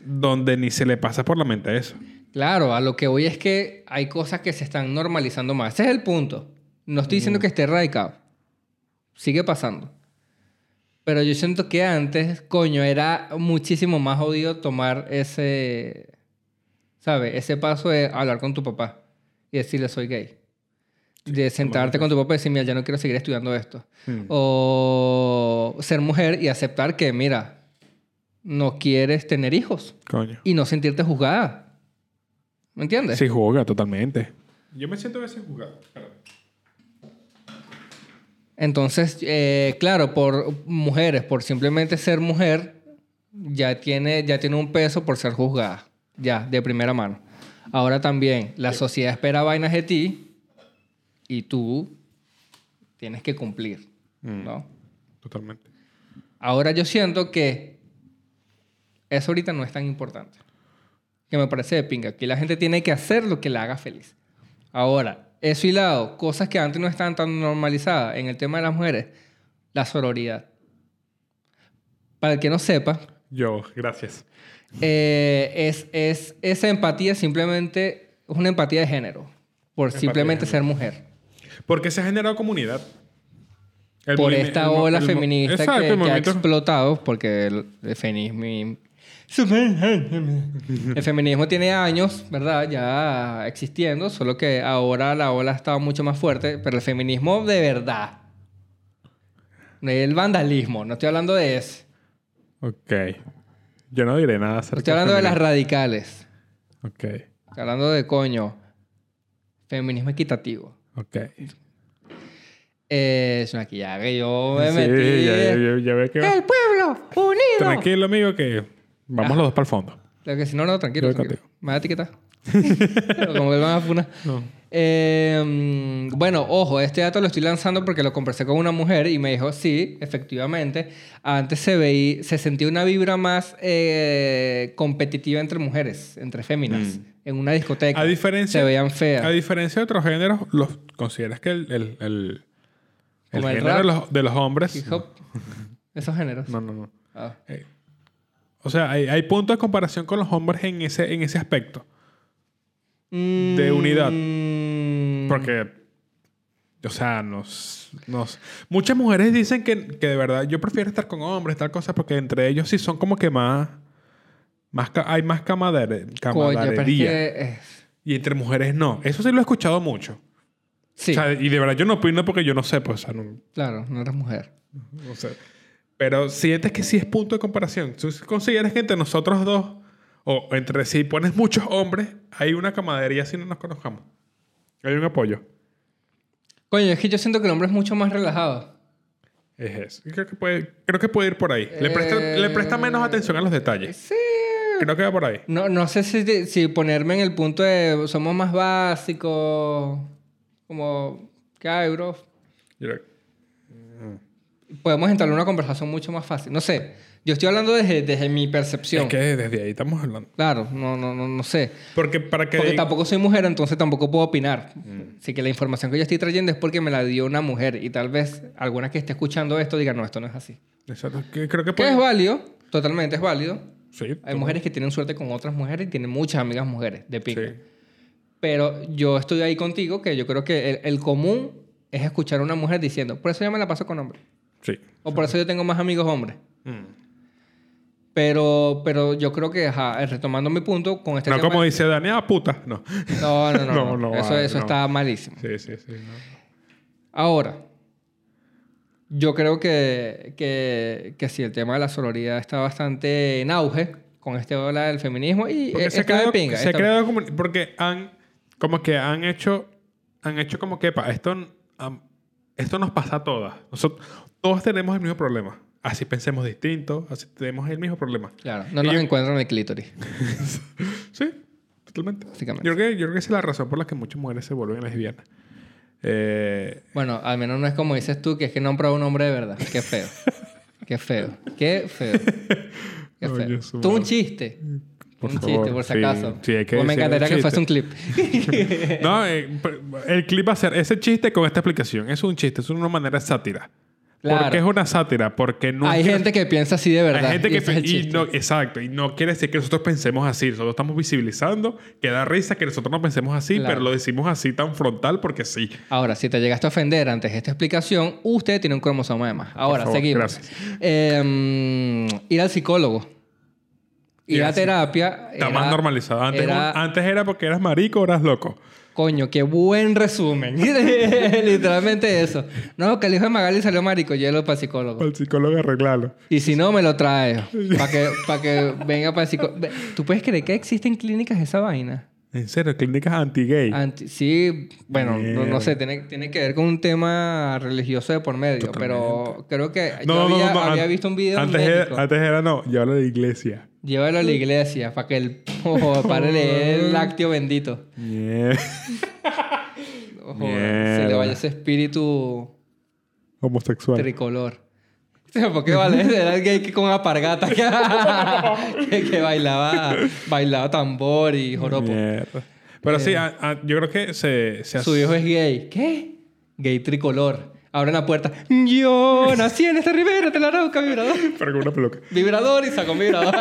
donde ni se le pasa por la mente eso. Claro, a lo que voy es que hay cosas que se están normalizando más. Ese es el punto. No estoy diciendo que esté erradicado. Sigue pasando. Pero yo siento que antes, coño, era muchísimo más jodido tomar ese, ¿sabes? Ese paso de hablar con tu papá y decirle soy gay. De sentarte con tu papá y decir, mira, ya no quiero seguir estudiando esto. Mm. O ser mujer y aceptar que, mira, no quieres tener hijos Coño. y no sentirte juzgada. ¿Me entiendes? Sí, juega totalmente. Yo me siento a veces jugado. Entonces, eh, claro, por mujeres, por simplemente ser mujer, ya tiene, ya tiene un peso por ser juzgada, ya, de primera mano. Ahora también, la sociedad espera vainas de ti y tú tienes que cumplir, ¿no? Totalmente. Ahora yo siento que eso ahorita no es tan importante. Que me parece de pinga. Que la gente tiene que hacer lo que la haga feliz. Ahora, eso hilado, cosas que antes no estaban tan normalizadas en el tema de las mujeres, la sororidad. Para el que no sepa, Yo, gracias. eh, es, es esa empatía simplemente, es una empatía de género, por Empatía de simplemente ser género. mujer. Porque se ha generado comunidad. El por movime- esta el mo- ola el mo- feminista Exacto, que, el que ha movimiento- explotado, porque el, el feminismo... El feminismo tiene años, ¿verdad? Ya existiendo, solo que ahora la ola ha estado mucho más fuerte, pero el feminismo de verdad. El vandalismo, no estoy hablando de eso. Ok. Yo no diré nada acerca Estoy hablando de las del radicales. feminismo. Estoy hablando de coño. Feminismo equitativo. Ok, ok. Eh, Es una que ya que yo me Sí, metí. ya, ya- ya veo que... ¡El pueblo unido! Tranquilo, amigo, que vamos los dos para el fondo. Claro que sí. No, no, tranquilo. Yo voy tranquilo. contigo. Me da etiqueta. Como que van a funar. No. Eh, mm, bueno, ojo, este dato lo estoy lanzando porque lo conversé con una mujer y me dijo, sí, efectivamente, antes se veía, se sentía una vibra más eh, competitiva entre mujeres, entre féminas, en una discoteca. A diferencia- Se veían feas. A diferencia de otros géneros, los, ¿consideras que el, el, el, el Como el género de rap. los, de los hombres... Hip hop. Esos géneros. No, no, no. Ah. Eh, o sea, hay, hay puntos de comparación con los hombres en ese, en ese aspecto. Eh, De unidad. Mm, Porque, o sea, nos, nos... Muchas mujeres dicen que, que de verdad yo prefiero estar con hombres, tal cosa, porque entre ellos sí son como que más... más ca- hay más camadere- coño, pero es camaradería. que, eh, Y entre mujeres no. Eso sí lo he escuchado mucho. sí, O sea, y de verdad yo no opino porque yo no sé, pues, o sea, no, claro, no eres mujer. no sé. Pero sientes que sí es punto de comparación. ¿Tú consideras que entre nosotros dos, o entre si pones muchos hombres, hay una camaradería si no nos conozcamos? Hay un apoyo. Coño, es que yo siento que el hombre es mucho más relajado. Es eso. Y Creo que puede, creo que puede ir por ahí. Le presta, Eh, le presta menos atención a los detalles. Sí. Creo que va por ahí. No, no sé si, si ponerme en el punto de somos más básicos, como, ¿qué hay, bro? Yo creo- Podemos entablar una conversación mucho más fácil. No sé, yo estoy hablando desde, desde mi percepción. Es que desde ahí estamos hablando. Claro, no, no, no, no sé. Porque para que... Mm. Porque tampoco soy mujer, entonces tampoco puedo opinar. Así que la información que yo estoy trayendo es porque me la dio una mujer y tal vez alguna que esté escuchando esto diga, no, esto no es así. Exacto. Que- Creo que Que puede... es válido, totalmente es válido. Sí. Hay mujeres que tienen suerte con otras mujeres y tienen muchas amigas mujeres de Sí. pico. Pero yo estoy ahí contigo que yo creo que el, el común es escuchar a una mujer diciendo, por eso yo me la paso con hombres. Sí. O por eso yo tengo más amigos hombres. Mm. Pero, pero yo creo que, ajá, retomando mi punto, con este No tema- como dice Dani, ah, puta. No. No, no, no. No, no. no, eso ah, eso no. está malísimo. Sí, sí, sí. no. Ahora, yo creo que, que, que sí, el tema de la sororidad está bastante en auge con este ola del feminismo y Porque eh, se ha está creado, de pinga. se ha está- creado como- porque han como que han hecho han hecho como que pa, esto n- am- esto nos pasa a todas. Nosotros todos tenemos el mismo problema. Así pensemos distinto, así tenemos el mismo problema. Claro, no nos Y yo- encuentran el clítoris. Sí, totalmente. Yo Básicamente. creo, que, yo creo que esa es la razón por la que muchas mujeres se vuelven lesbianas. Eh, Bueno, al menos no es como dices tú, que es que nombra a un hombre de verdad. Qué feo. Qué feo. Qué feo. Qué Oye, feo. su Tú un madre. chiste. Por un favor, chiste, por si sí, acaso. sí, hay que O me decir encantaría un que chiste. fuese un clip. no, eh, p- el clip va a ser ese chiste con esta explicación. Es un chiste, es una manera de sátira. Claro. ¿Por qué es una sátira? Porque no Hay gente que piensa así de verdad. Hay gente y que ese es el pe- y chiste. no, exacto, y no quiere decir que nosotros pensemos así, nosotros estamos visibilizando, que da risa que nosotros no pensemos así, Claro. pero lo decimos así tan frontal porque sí. Ahora, si te llegaste a ofender antes de esta explicación, usted tiene un cromosoma de más. Ahora, favor, seguimos. gracias. Eh, ir al psicólogo. Ir Ir a al terapia. Está era- más normalizado. Antes era- era... antes era porque eras marico, eras loco. Coño, qué buen resumen. Literalmente eso. No, que el hijo de Magali salió marico, yo lo para psicólogo. El psicólogo arreglalo. Y si no, me lo trae. Para que, pa' que venga para psicólogo. ¿Tú puedes creer que existen clínicas de esa vaina? En serio, clínicas anti-gay. Anti- sí, bueno, no, no Mierda. sé, tiene, tiene que ver con un tema religioso de por medio, pero creo que no, no, yo no, había, no, había an- visto un video antes en era, México. antes era no, y ahora la iglesia. Llévalo a la iglesia para que el para leer Oh. el lácteo bendito. Mierda. Ojo, se le Mierda. vaya ese espíritu Homosexual. tricolor. Porque vale, era el gay que con apargata que, que, que bailaba, bailaba tambor y joropo. Mierda. Pero sí, a- a- yo creo que se, se Su hijo es gay. ¿Qué? Gay tricolor. Abren la puerta. Yo nací en esta ribera de la Arauca, vibrador. Pero con una peluca. Vibrador y sacó un vibrador.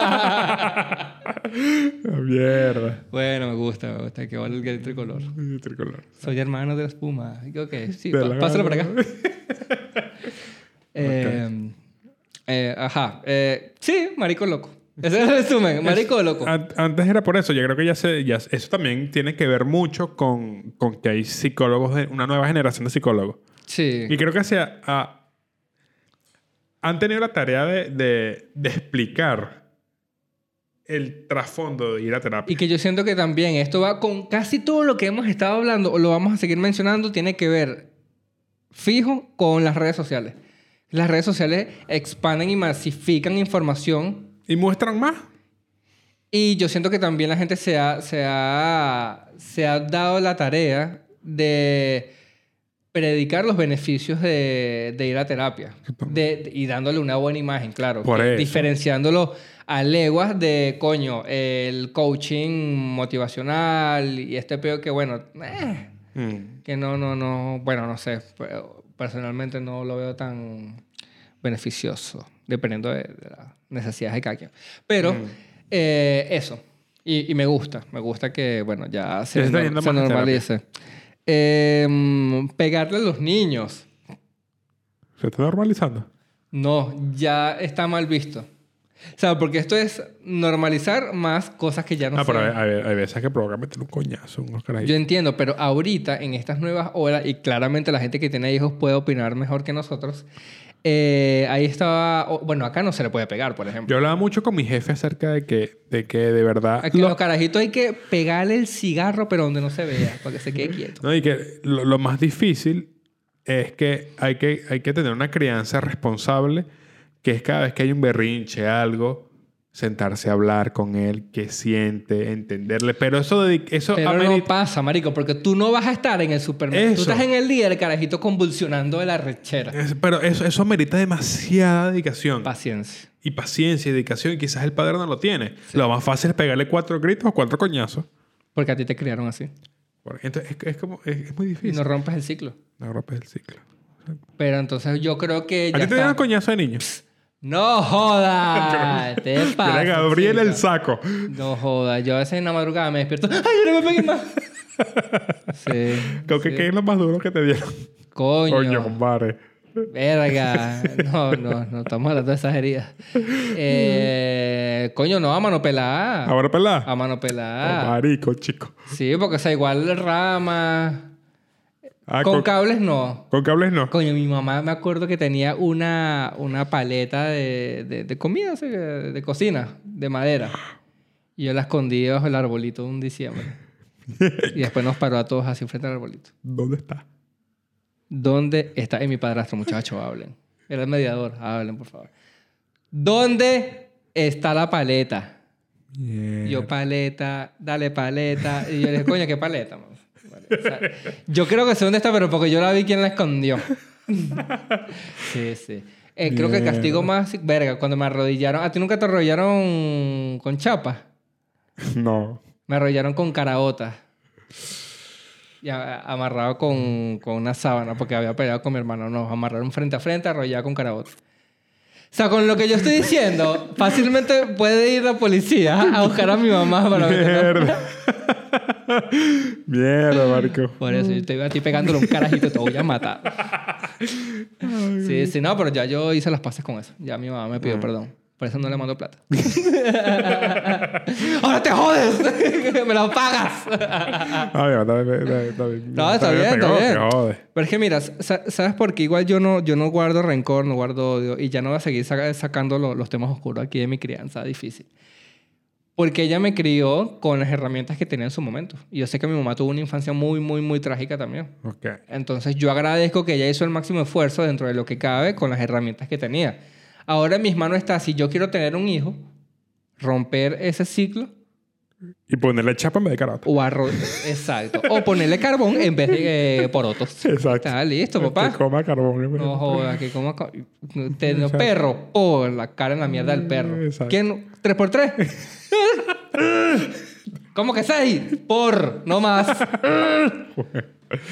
Ah, Mierda. bueno, me gusta, me gusta. Que vale el gay tricolor. Y Tricolor. Soy hermano de la espuma. Y Ok, sí, De pa- la pásalo para gana. acá. Eh, eh, ajá. Eh, sí, marico loco. Ese es el resumen. Marico loco. An- Antes era por eso, yo creo que ya se, ya eso también tiene que ver mucho con, con que hay psicólogos, de, una nueva generación de psicólogos. Sí. Y creo que se ha- ha- han tenido la tarea de, de- de explicar el trasfondo de ir a terapia. Y que yo siento que también esto va con casi todo lo que hemos estado hablando o lo vamos a seguir mencionando, tiene que ver fijo con las redes sociales. Las redes sociales expanden y masifican información ¿Y muestran más? y yo siento que también la gente se ha, se ha, se ha dado la tarea de predicar los beneficios de, de ir a terapia De- y dándole una buena imagen, claro. Por que- eso. Diferenciándolo a leguas de, coño, el coaching motivacional y este pedo que, bueno, eh, que no, no, no, bueno, no sé, pero personalmente no lo veo tan beneficioso, dependiendo de, de las necesidades de cada quien. Pero Mm. eh, eso, y, y me gusta, me gusta que, bueno, ya se, Ya se está nor- yendo se más a normalice. Em, pegarle a los niños, Se está normalizando. no, ya está mal visto. O sea, porque esto es normalizar más cosas que ya no ah, pero se hay, hay- hay veces que provoca meter un coñazo, unos carajitos. Yo entiendo, pero ahorita, en estas nuevas horas, y claramente la gente que tiene hijos puede opinar mejor que nosotros, eh, ahí estaba... o- Bueno, acá no se le puede pegar, por ejemplo. Yo hablaba mucho con mi jefe acerca de que de, que de verdad... Aquí lo- los carajitos hay que pegarle el cigarro, pero donde no se vea, para que se quede quieto. no, y que lo, lo más difícil es que hay, que hay que tener una crianza responsable, que es cada vez que hay un berrinche, algo, sentarse a hablar con él, que siente, entenderle. Pero eso, de, eso Pero no amerita- pasa, marico, porque tú no vas a estar en el supermercado. Tú Eso. estás en el día del carajito convulsionando de la rechera. es- pero eso, eso merita demasiada dedicación. Paciencia. y paciencia y dedicación. Y quizás el padre no lo tiene. Lo más fácil es pegarle cuatro gritos o cuatro coñazos. Porque a ti te criaron así. Porque Entonces, es, es como, es, es muy Y difícil. no rompes el ciclo. No rompes el ciclo. Pero entonces yo creo que ¿A ya ti te dieron está. coñazo de niño? ¡No jodas! te Era pasa, Gabriel chica. el saco. No joda, yo a veces en la madrugada me despierto. ¡Ay, yo no me pegué más! sí. Creo que sí. ¿qué es lo más duro que te dieron? Coño. Coño, compadre. Verga. No, no, no estamos hablando de esas heridas. Eh, coño, no, a mano pelada. Ahora pelada. A mano Ah, Oh, pelada. marico, chico. Sí, porque o sea, igual rama. Ah, Con con, cables no. con cables no. Coño, mi mamá me acuerdo que tenía una, una paleta de, de, de comida, o sea, de de cocina, de madera. Y yo la escondí bajo el arbolito un diciembre. y después nos paró a todos así frente al arbolito. ¿Dónde está? ¿Dónde está? Es mi padrastro, muchachos, hablen. Era el mediador, hablen, por favor. ¿Dónde está la paleta? Y Yo, paleta, dale paleta. Y yo le dije, coño, ¿qué paleta? man? Vale, o sea, yo creo que sé dónde está, pero porque yo la vi quién la escondió. sí, sí. Eh, creo que el castigo más... Verga, cuando me arrodillaron... ¿A ti nunca te arrodillaron con chapas? No. Me arrollaron con caraotas. Y a- amarrado con, con una sábana porque había peleado con mi hermano. Nos amarraron frente a frente, arrollado con caraotas. O sea, con lo que yo estoy diciendo, fácilmente puede ir la policía a buscar a mi mamá para meterla- Mierda. Mierda, marico. Por eso yo te iba a ti pegándole un carajito, te voy a matar. Sí, sí, no, pero ya yo hice las paces con eso. Ya mi mamá me pidió perdón. Por eso no le mando plata. ¡Ahora te jodes! ¡Me lo pagas! Ah, bien, está bien, está bien, está bien. No, está También bien, me pegó, está bien. me jode. Pero es que mira, sa- ¿sabes por qué? Igual yo no, yo no guardo rencor, no guardo odio y ya no voy a seguir saca- sacando lo- los temas oscuros aquí de mi crianza difícil. Porque ella me crió con las herramientas que tenía en su momento. Y yo sé que mi mamá tuvo una infancia muy, muy, muy trágica también. Ok. Entonces yo agradezco que ella hizo el máximo esfuerzo dentro de lo que cabe con las herramientas que tenía. Ahora en mis manos está, si yo quiero tener un hijo, romper ese ciclo Y ponerle chapa en vez de carota. O arroz. Exacto. O ponerle carbón en vez de eh, porotos. Exacto. Está listo, papá. Que coma carbón. No jodas, que como co- te no, Exacto. perro, por la cara en la mierda del perro. Exacto. ¿Quién? ¿Tres por tres? ¿Cómo que seis? Por, no más.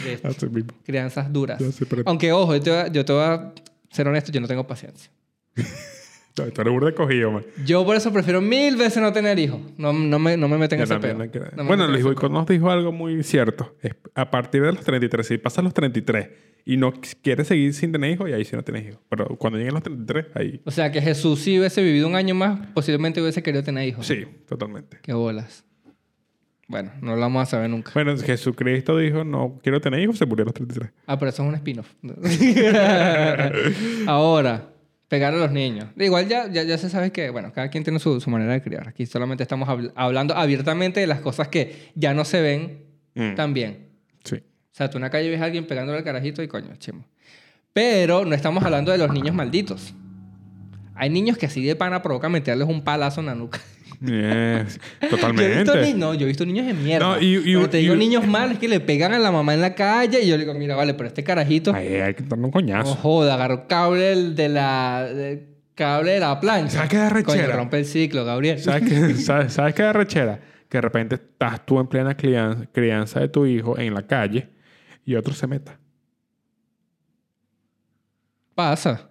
Listo. Así mismo. Crianzas duras. Ya sé, pero- Aunque, ojo, yo te, voy a- yo te voy a ser honesto, yo no tengo paciencia. No, Esto era burda cogido, man. Yo por eso prefiero mil veces no tener hijos. No, no me, no me meten Yo ese también peo. la creo. No me bueno, meten Luis ese Boicot nos dijo algo muy cierto. Es a partir de los 33, si pasas los 33 y no quieres seguir sin tener hijos, y ahí sí no tienes hijos. Pero cuando lleguen los 33, ahí. peo. O sea, que Jesús si hubiese vivido un año más, posiblemente hubiese querido tener hijos. Sí, totalmente. Qué bolas. Bueno, no lo vamos a saber nunca. Bueno, Jesucristo dijo, no quiero tener hijos, se murió a los 33. Ah, pero eso es un spin-off. Ahora, pegar a los niños. Igual ya, ya, ya se sabe que, bueno, cada quien tiene su, su manera de criar. Aquí solamente estamos habl- hablando abiertamente de las cosas que ya no se ven Mm, también. Sí. O sea, tú en la calle ves a alguien pegándole al carajito y coño, chimo. Pero no estamos hablando de los niños malditos. Hay niños que así de pana provoca meterles un palazo en la nuca. Yes, Yo he visto ni- Totalmente. no, yo he visto niños de mierda. No, y- y- Pero te y- digo niños malos que le pegan a la mamá en la calle y yo le digo, mira, vale, pero este carajito... Ahí hay que darle un No coñazo. joda, agarró cable del- de la del cable de la plancha. ¿Sabes qué da rechera? Coño, rompe el ciclo, Gabriel. ¿Sabes qué, sabes, sabes qué arrechera? Que de repente estás tú en plena crianza, crianza de tu hijo en la calle y otro se meta. Pasa.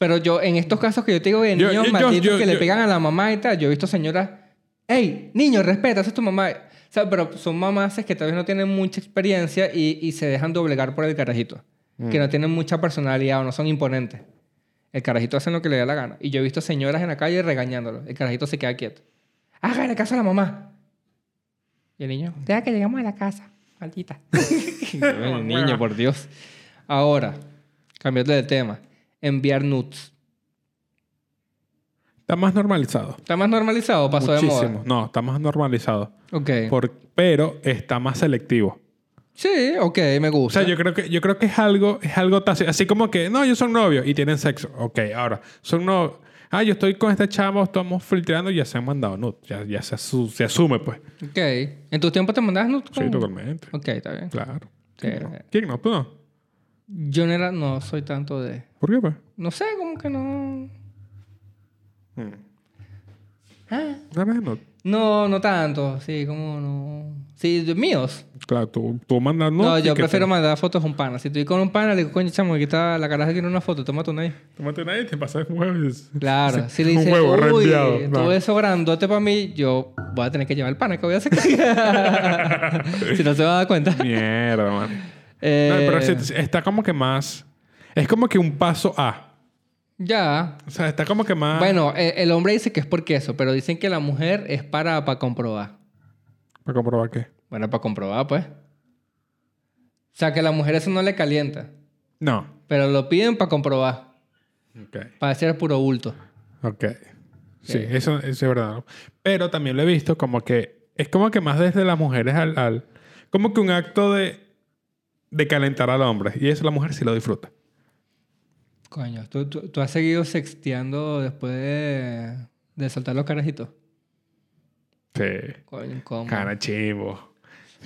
Pero yo, en estos casos que yo te digo de Yo- niños yo- yo- malditos yo- que le yo- pegan a la mamá y tal, yo he visto señoras, hey, niño, respeta, esa es tu mamá. O sea, pero son mamaces que tal vez no tienen mucha experiencia y, y se dejan doblegar por el carajito. Mm. Que no tienen mucha personalidad o no son imponentes. El carajito hace lo que le da la gana. Y yo he visto señoras en la calle regañándolo. El carajito se queda quieto. Hágale caso a la mamá. Y el niño, deja que llegamos a la casa, maldita. el niño, por Dios. Ahora, cambiando de tema, enviar nudes. Está más normalizado. ¿Está más normalizado o pasó de Muchísimo. moda? No, está más normalizado. Ok. Por- pero está más selectivo. Sí, ok, me O gusta. sea, yo creo que, yo creo que es algo, es algo tácito. Así como que, no, ellos son novios y tienen sexo. Ok, ahora, son novios. Ah, yo estoy con este chamo, estamos filtrando y ya se han mandado nudes. Ya, ya se, asu- se asume, pues. Ok. ¿En tu tiempo te mandabas nudes? Sí, totalmente. Ok, está bien. Claro. Sí. ¿Quién no? ¿Quién no? ¿Tú no? Yo no, era, no soy tanto de... ¿Por qué, pues? No sé, como que no... Ah, No eres nude. No, no tanto. Sí, como no... Sí, de- míos. Claro, tú, tú mandas nudes. No, y yo que prefiero te- mandar fotos a un pana. Si estoy con un pana, le digo, coño, chamo, aquí está la caraja quiere una foto, tómate una ahí. Tómate una y te pasas un huevo. y dices- Claro, si le Un dices, huevo uy, reenviado", no. todo eso grandote para mí, yo voy a tener que llevar el pana, ¿qué voy a hacer? si no se va a dar cuenta. Mierda, man. Eh, No, pero sí, está como que más. Es como que un paso A. Ya. O sea, está como que más. Bueno, eh, el hombre dice que es porque eso, pero dicen que la mujer es para, para comprobar. Para comprobar qué. Bueno, para comprobar, pues. O sea, que a la mujer eso no le calienta, No. pero lo piden para comprobar, Ok. para hacer puro bulto. Ok. Sí, eso, eso es verdad. ¿no? Pero también lo he visto como que. Es como que más desde las mujeres al. al- como que un acto de. De calentar al hombre. Y eso la mujer sí lo disfruta. Coño, ¿tú, tú, tú has seguido sexteando después de, de soltar los carajitos? Sí. Coño, ¿cómo? Cara chivo.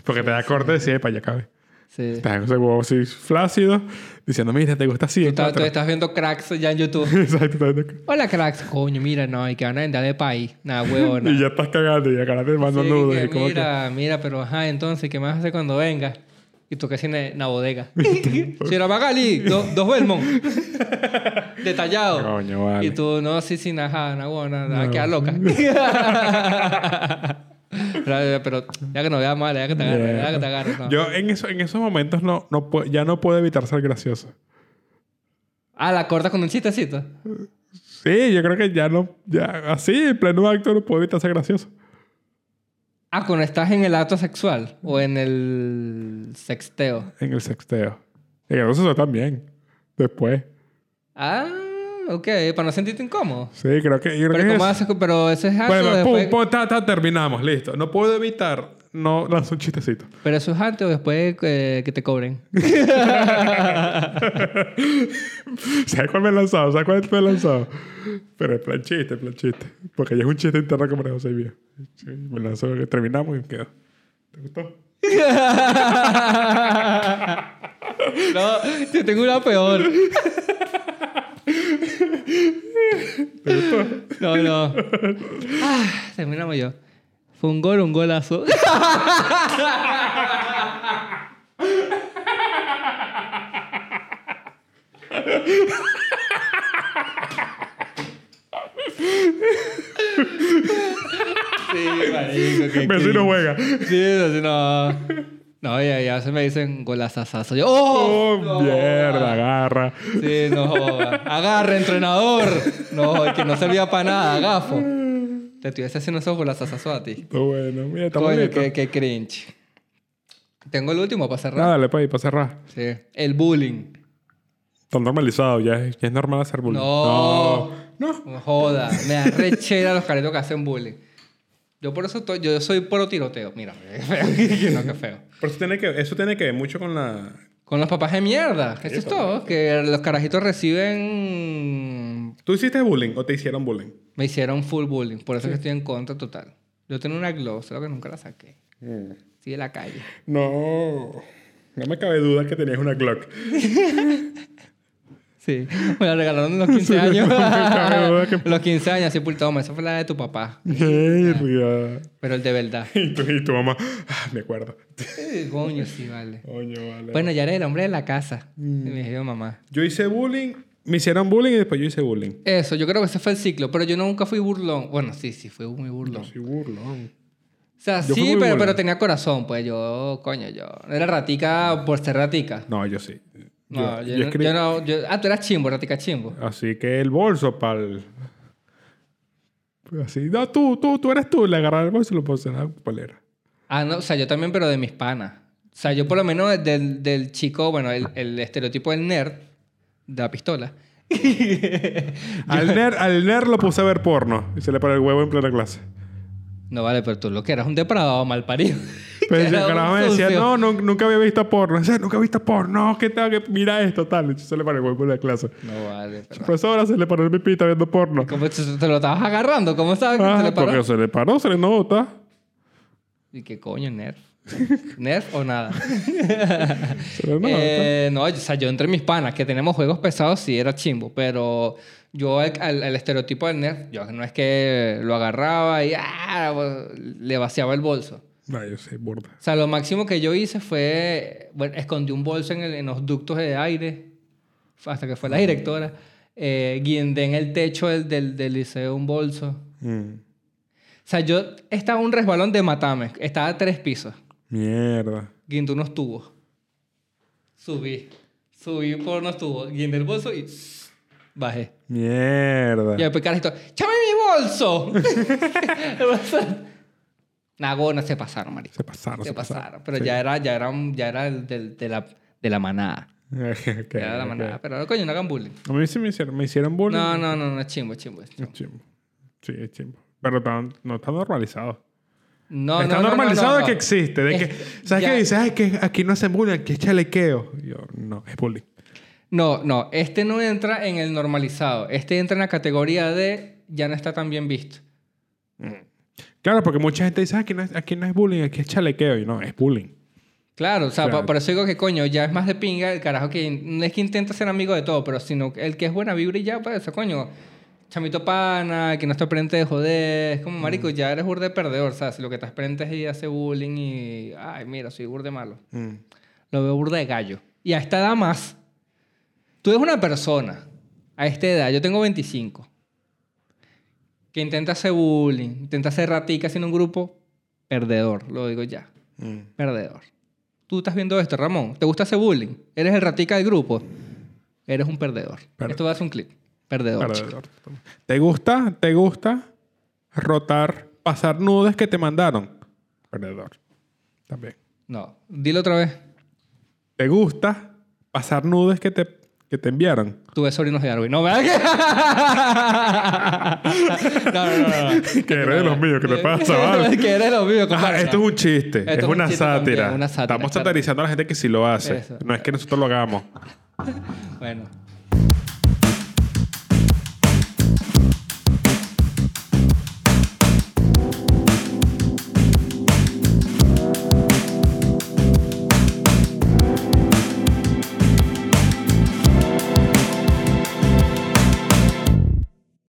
Porque te da corte de decir, para allá cabe. Sí. Estás en ese huevo así flácido, diciendo, mira, te gusta así. Tú estás, tú encuentra". estás viendo cracks ya en YouTube. Exacto, estás viendo- Hola, cracks. Coño, mira, no, y que van a vender de país. Nada, huevona. Y ya estás cagando y acá te mando Sí, nudos. que y como que- mira, mira, pero ajá, entonces, ¿qué más hace cuando venga? Y tú casi en la bodega. Señora Magali, do- dos Belmont. Detallado. Coño, vale. Y tú, no, sí, sí, ajá, no, bueno, nada, No. queda loca. pero, pero ya que no vea mal, ya que te agarre, Yeah. ya que te agarre. no. Yo en, eso, en esos momentos no, no pu- ya no puedo evitar ser gracioso. Ah, la cortas con un chistecito. Sí, yo creo que ya no, ya así, en pleno acto no puedo evitar ser gracioso. Ah, cuando estás en el acto sexual o en el sexteo. En el sexteo. En el sexteo también. Después. Ah, ok, para no sentirte incómodo. Sí, creo que... yo creo que Pero, es- ¿cómo haces? Pero eso es acto Bueno, pum, después- pum, ta, ta, terminamos, listo. No puedo evitar no lanzó un chistecito. Pero eso es antes o después eh, que te cobren. ¿Sabes cuál me he lanzado? ¿Sabes cuál me he lanzado? Pero es plan chiste, plan chiste. Porque ya es un chiste interno que María José Vía. Sí, Me lanzó, terminamos y quedó. ¿Te gustó? No, yo tengo una peor. No, no. Ah, terminamos yo. Fue un gol, un golazo. Sí, marico, qué Messi no cringe. juega. Sí, así no. No, ya, ya se me dicen golazazazo. Yo, ¡oh! ¡Oh, No, mierda! Agarra. Sí, no. joda. Agarra, entrenador. No, que no servía para nada, gafo. Te estuviese haciendo esos golazazazos a ti. Está bueno. Mira, está Coño, bonito. qué, qué cringe. Tengo el último para cerrar. Nada, dale, pues, para cerrar. Sí. El bullying. Está normalizado. Ya es, ya es normal hacer bullying. No. No. no. Joda, me da rechera los caretos que hacen bullying. Yo por eso to- yo soy pro tiroteo. Mira, qué feo. No, qué feo. Pero eso tiene, que, eso tiene que ver mucho con la... Con los papás de mierda. Eso es todo. Que los carajitos reciben. ¿Tú hiciste bullying o te hicieron bullying? Me hicieron full bullying. Por eso que estoy en contra total. Yo tenía una glow, solo que nunca la saqué. Sí, de la calle. No. No me cabe duda que tenías una Glock. Sí. Me la regalaron en los 15 años. cabrón, qué- los 15 años, así pultado. Esa fue la de tu papá. Verga. Pero el de verdad. Y tu, y tu mamá, ah, me acuerdo. Eh, Coño, sí, vale. Coño, vale. Bueno, ya era el hombre de la casa. Me dijo mamá. Yo hice bullying, me hicieron bullying y después yo hice bullying. Eso, yo creo que ese fue el ciclo. Pero yo nunca fui burlón. Bueno, sí, sí, fui muy burlón. Sí, burlón. O sea, Yo fui sí, muy pero, bueno. pero tenía corazón, pues yo, coño, yo. Era ratica por ser ratica. No, yo sí. No, yo, no- escribí- yo no. yo- ah, tú eras chimbo, ratica chimbo. Así que el bolso para el... Así, no, tú, tú, tú eres tú. Le agarraron el bolso y lo puse en la polera. Ah, no, o sea, yo también, pero de mis panas. O sea, yo por lo menos del, del chico, bueno, el, el estereotipo del nerd, de la pistola. Al nerd, al nerd lo puse a ver porno y se le paró el huevo en plena clase. No vale, pero tú lo que eras un depravado mal parido. Pero el carajo me decía, no no, nun- nunca había visto porno. Dice, nunca he visto porno, ¿qué tal? ¿Qué- Mira esto, tal. Y se le paró el huevo en la clase. No vale, pero. Profesora, se le paró el pipita viendo porno. ¿Cómo te, te lo estabas agarrando? ¿Cómo sabes que Ah, se le paró? Porque se le paró, se le nota. ¿Y qué coño, nerf? ¿Nerf o nada? Se le nota. Eh, no, o sea, yo entre mis panas que tenemos juegos pesados sí era chimbo, pero yo al, al- al estereotipo del nerd, yo no es que lo agarraba y ah, le vaciaba el bolso. No, yo sé, burda. O sea, lo máximo que yo hice fue, bueno, escondí un bolso en, el- en los ductos de aire, hasta que fue la directora, eh, guindé en el techo del, del, del liceo un bolso. Mm. O sea, yo estaba en un resbalón de matame, estaba a tres pisos. Mierda. guindé unos tubos. Subí. Subí por unos tubos. Guindé el bolso y bajé. Mierda. Y después carajito, ¡chame mi bolso! El bolso. Nagona se pasaron, marico. Se pasaron, Se, se pasaron. pasaron. Pero ya era, ya era, un- ya era el del- de, la, de la manada. Ok, Ya era la ok. manada. Pero coño, no hagan bullying. A mí sí me hicieron, me hicieron bullying. No, no, no, no, es chimbo, es chimbo. es chimbo. Es chimbo. Sí, es chimbo. Pero tan- no está normalizado. No, está no, no, no, normalizado no, de no. que existe. De que, Es- ¿Sabes ya- qué dices? Ay, que aquí no hacen bullying, aquí es chalequeo. Y Yo, no, es bullying. No, no, este no entra en el normalizado. Este entra en la categoría de ya no está tan bien visto. Claro, porque mucha gente dice, "Ah, aquí no, es, aquí no es bullying, aquí es chalequeo. Y no, es bullying. Claro, o sea, Claro. pa- por eso digo que coño, ya es más de pinga el carajo que no es que intenta ser amigo de todo, pero sino el que es buena vibra y ya, pues eso, coño. Chamito pana, que no está pendiente de joder, es como marico, ya eres burde perdedor, ¿sabes? Lo que estás pendiente es ir a hacer bullying y. Ay, mira, soy burde malo. Mm. Lo veo burda de gallo. Y a esta edad más. Tú eres una persona, a esta edad, yo tengo 25, que intenta hacer bullying, intenta hacer ratica en un grupo, perdedor, lo digo ya Mm. perdedor. Tú estás viendo esto, Ramón. ¿Te gusta hacer bullying? ¿Eres el ratica del grupo? Eres un perdedor. Per- esto va a ser un clip. Perdedor. chico. Perdedor. ¿Te gusta? ¿Te gusta rotar, pasar nudes que te mandaron? Perdedor. También. No. Dilo otra vez. ¿Te gusta pasar nudes que te que te enviaron. Tuve sobrinos de Darwin. No, ¿verdad que- no, no, no, no. Que eres de los míos, ¿qué te pasa, vale? que eres de los míos, Ah, compadre. esto es un chiste. Esto es, es un una, chiste sátira. también, una sátira, Estamos claro. satirizando a la gente que sí lo hace. Eso. No es que nosotros lo hagamos. Bueno,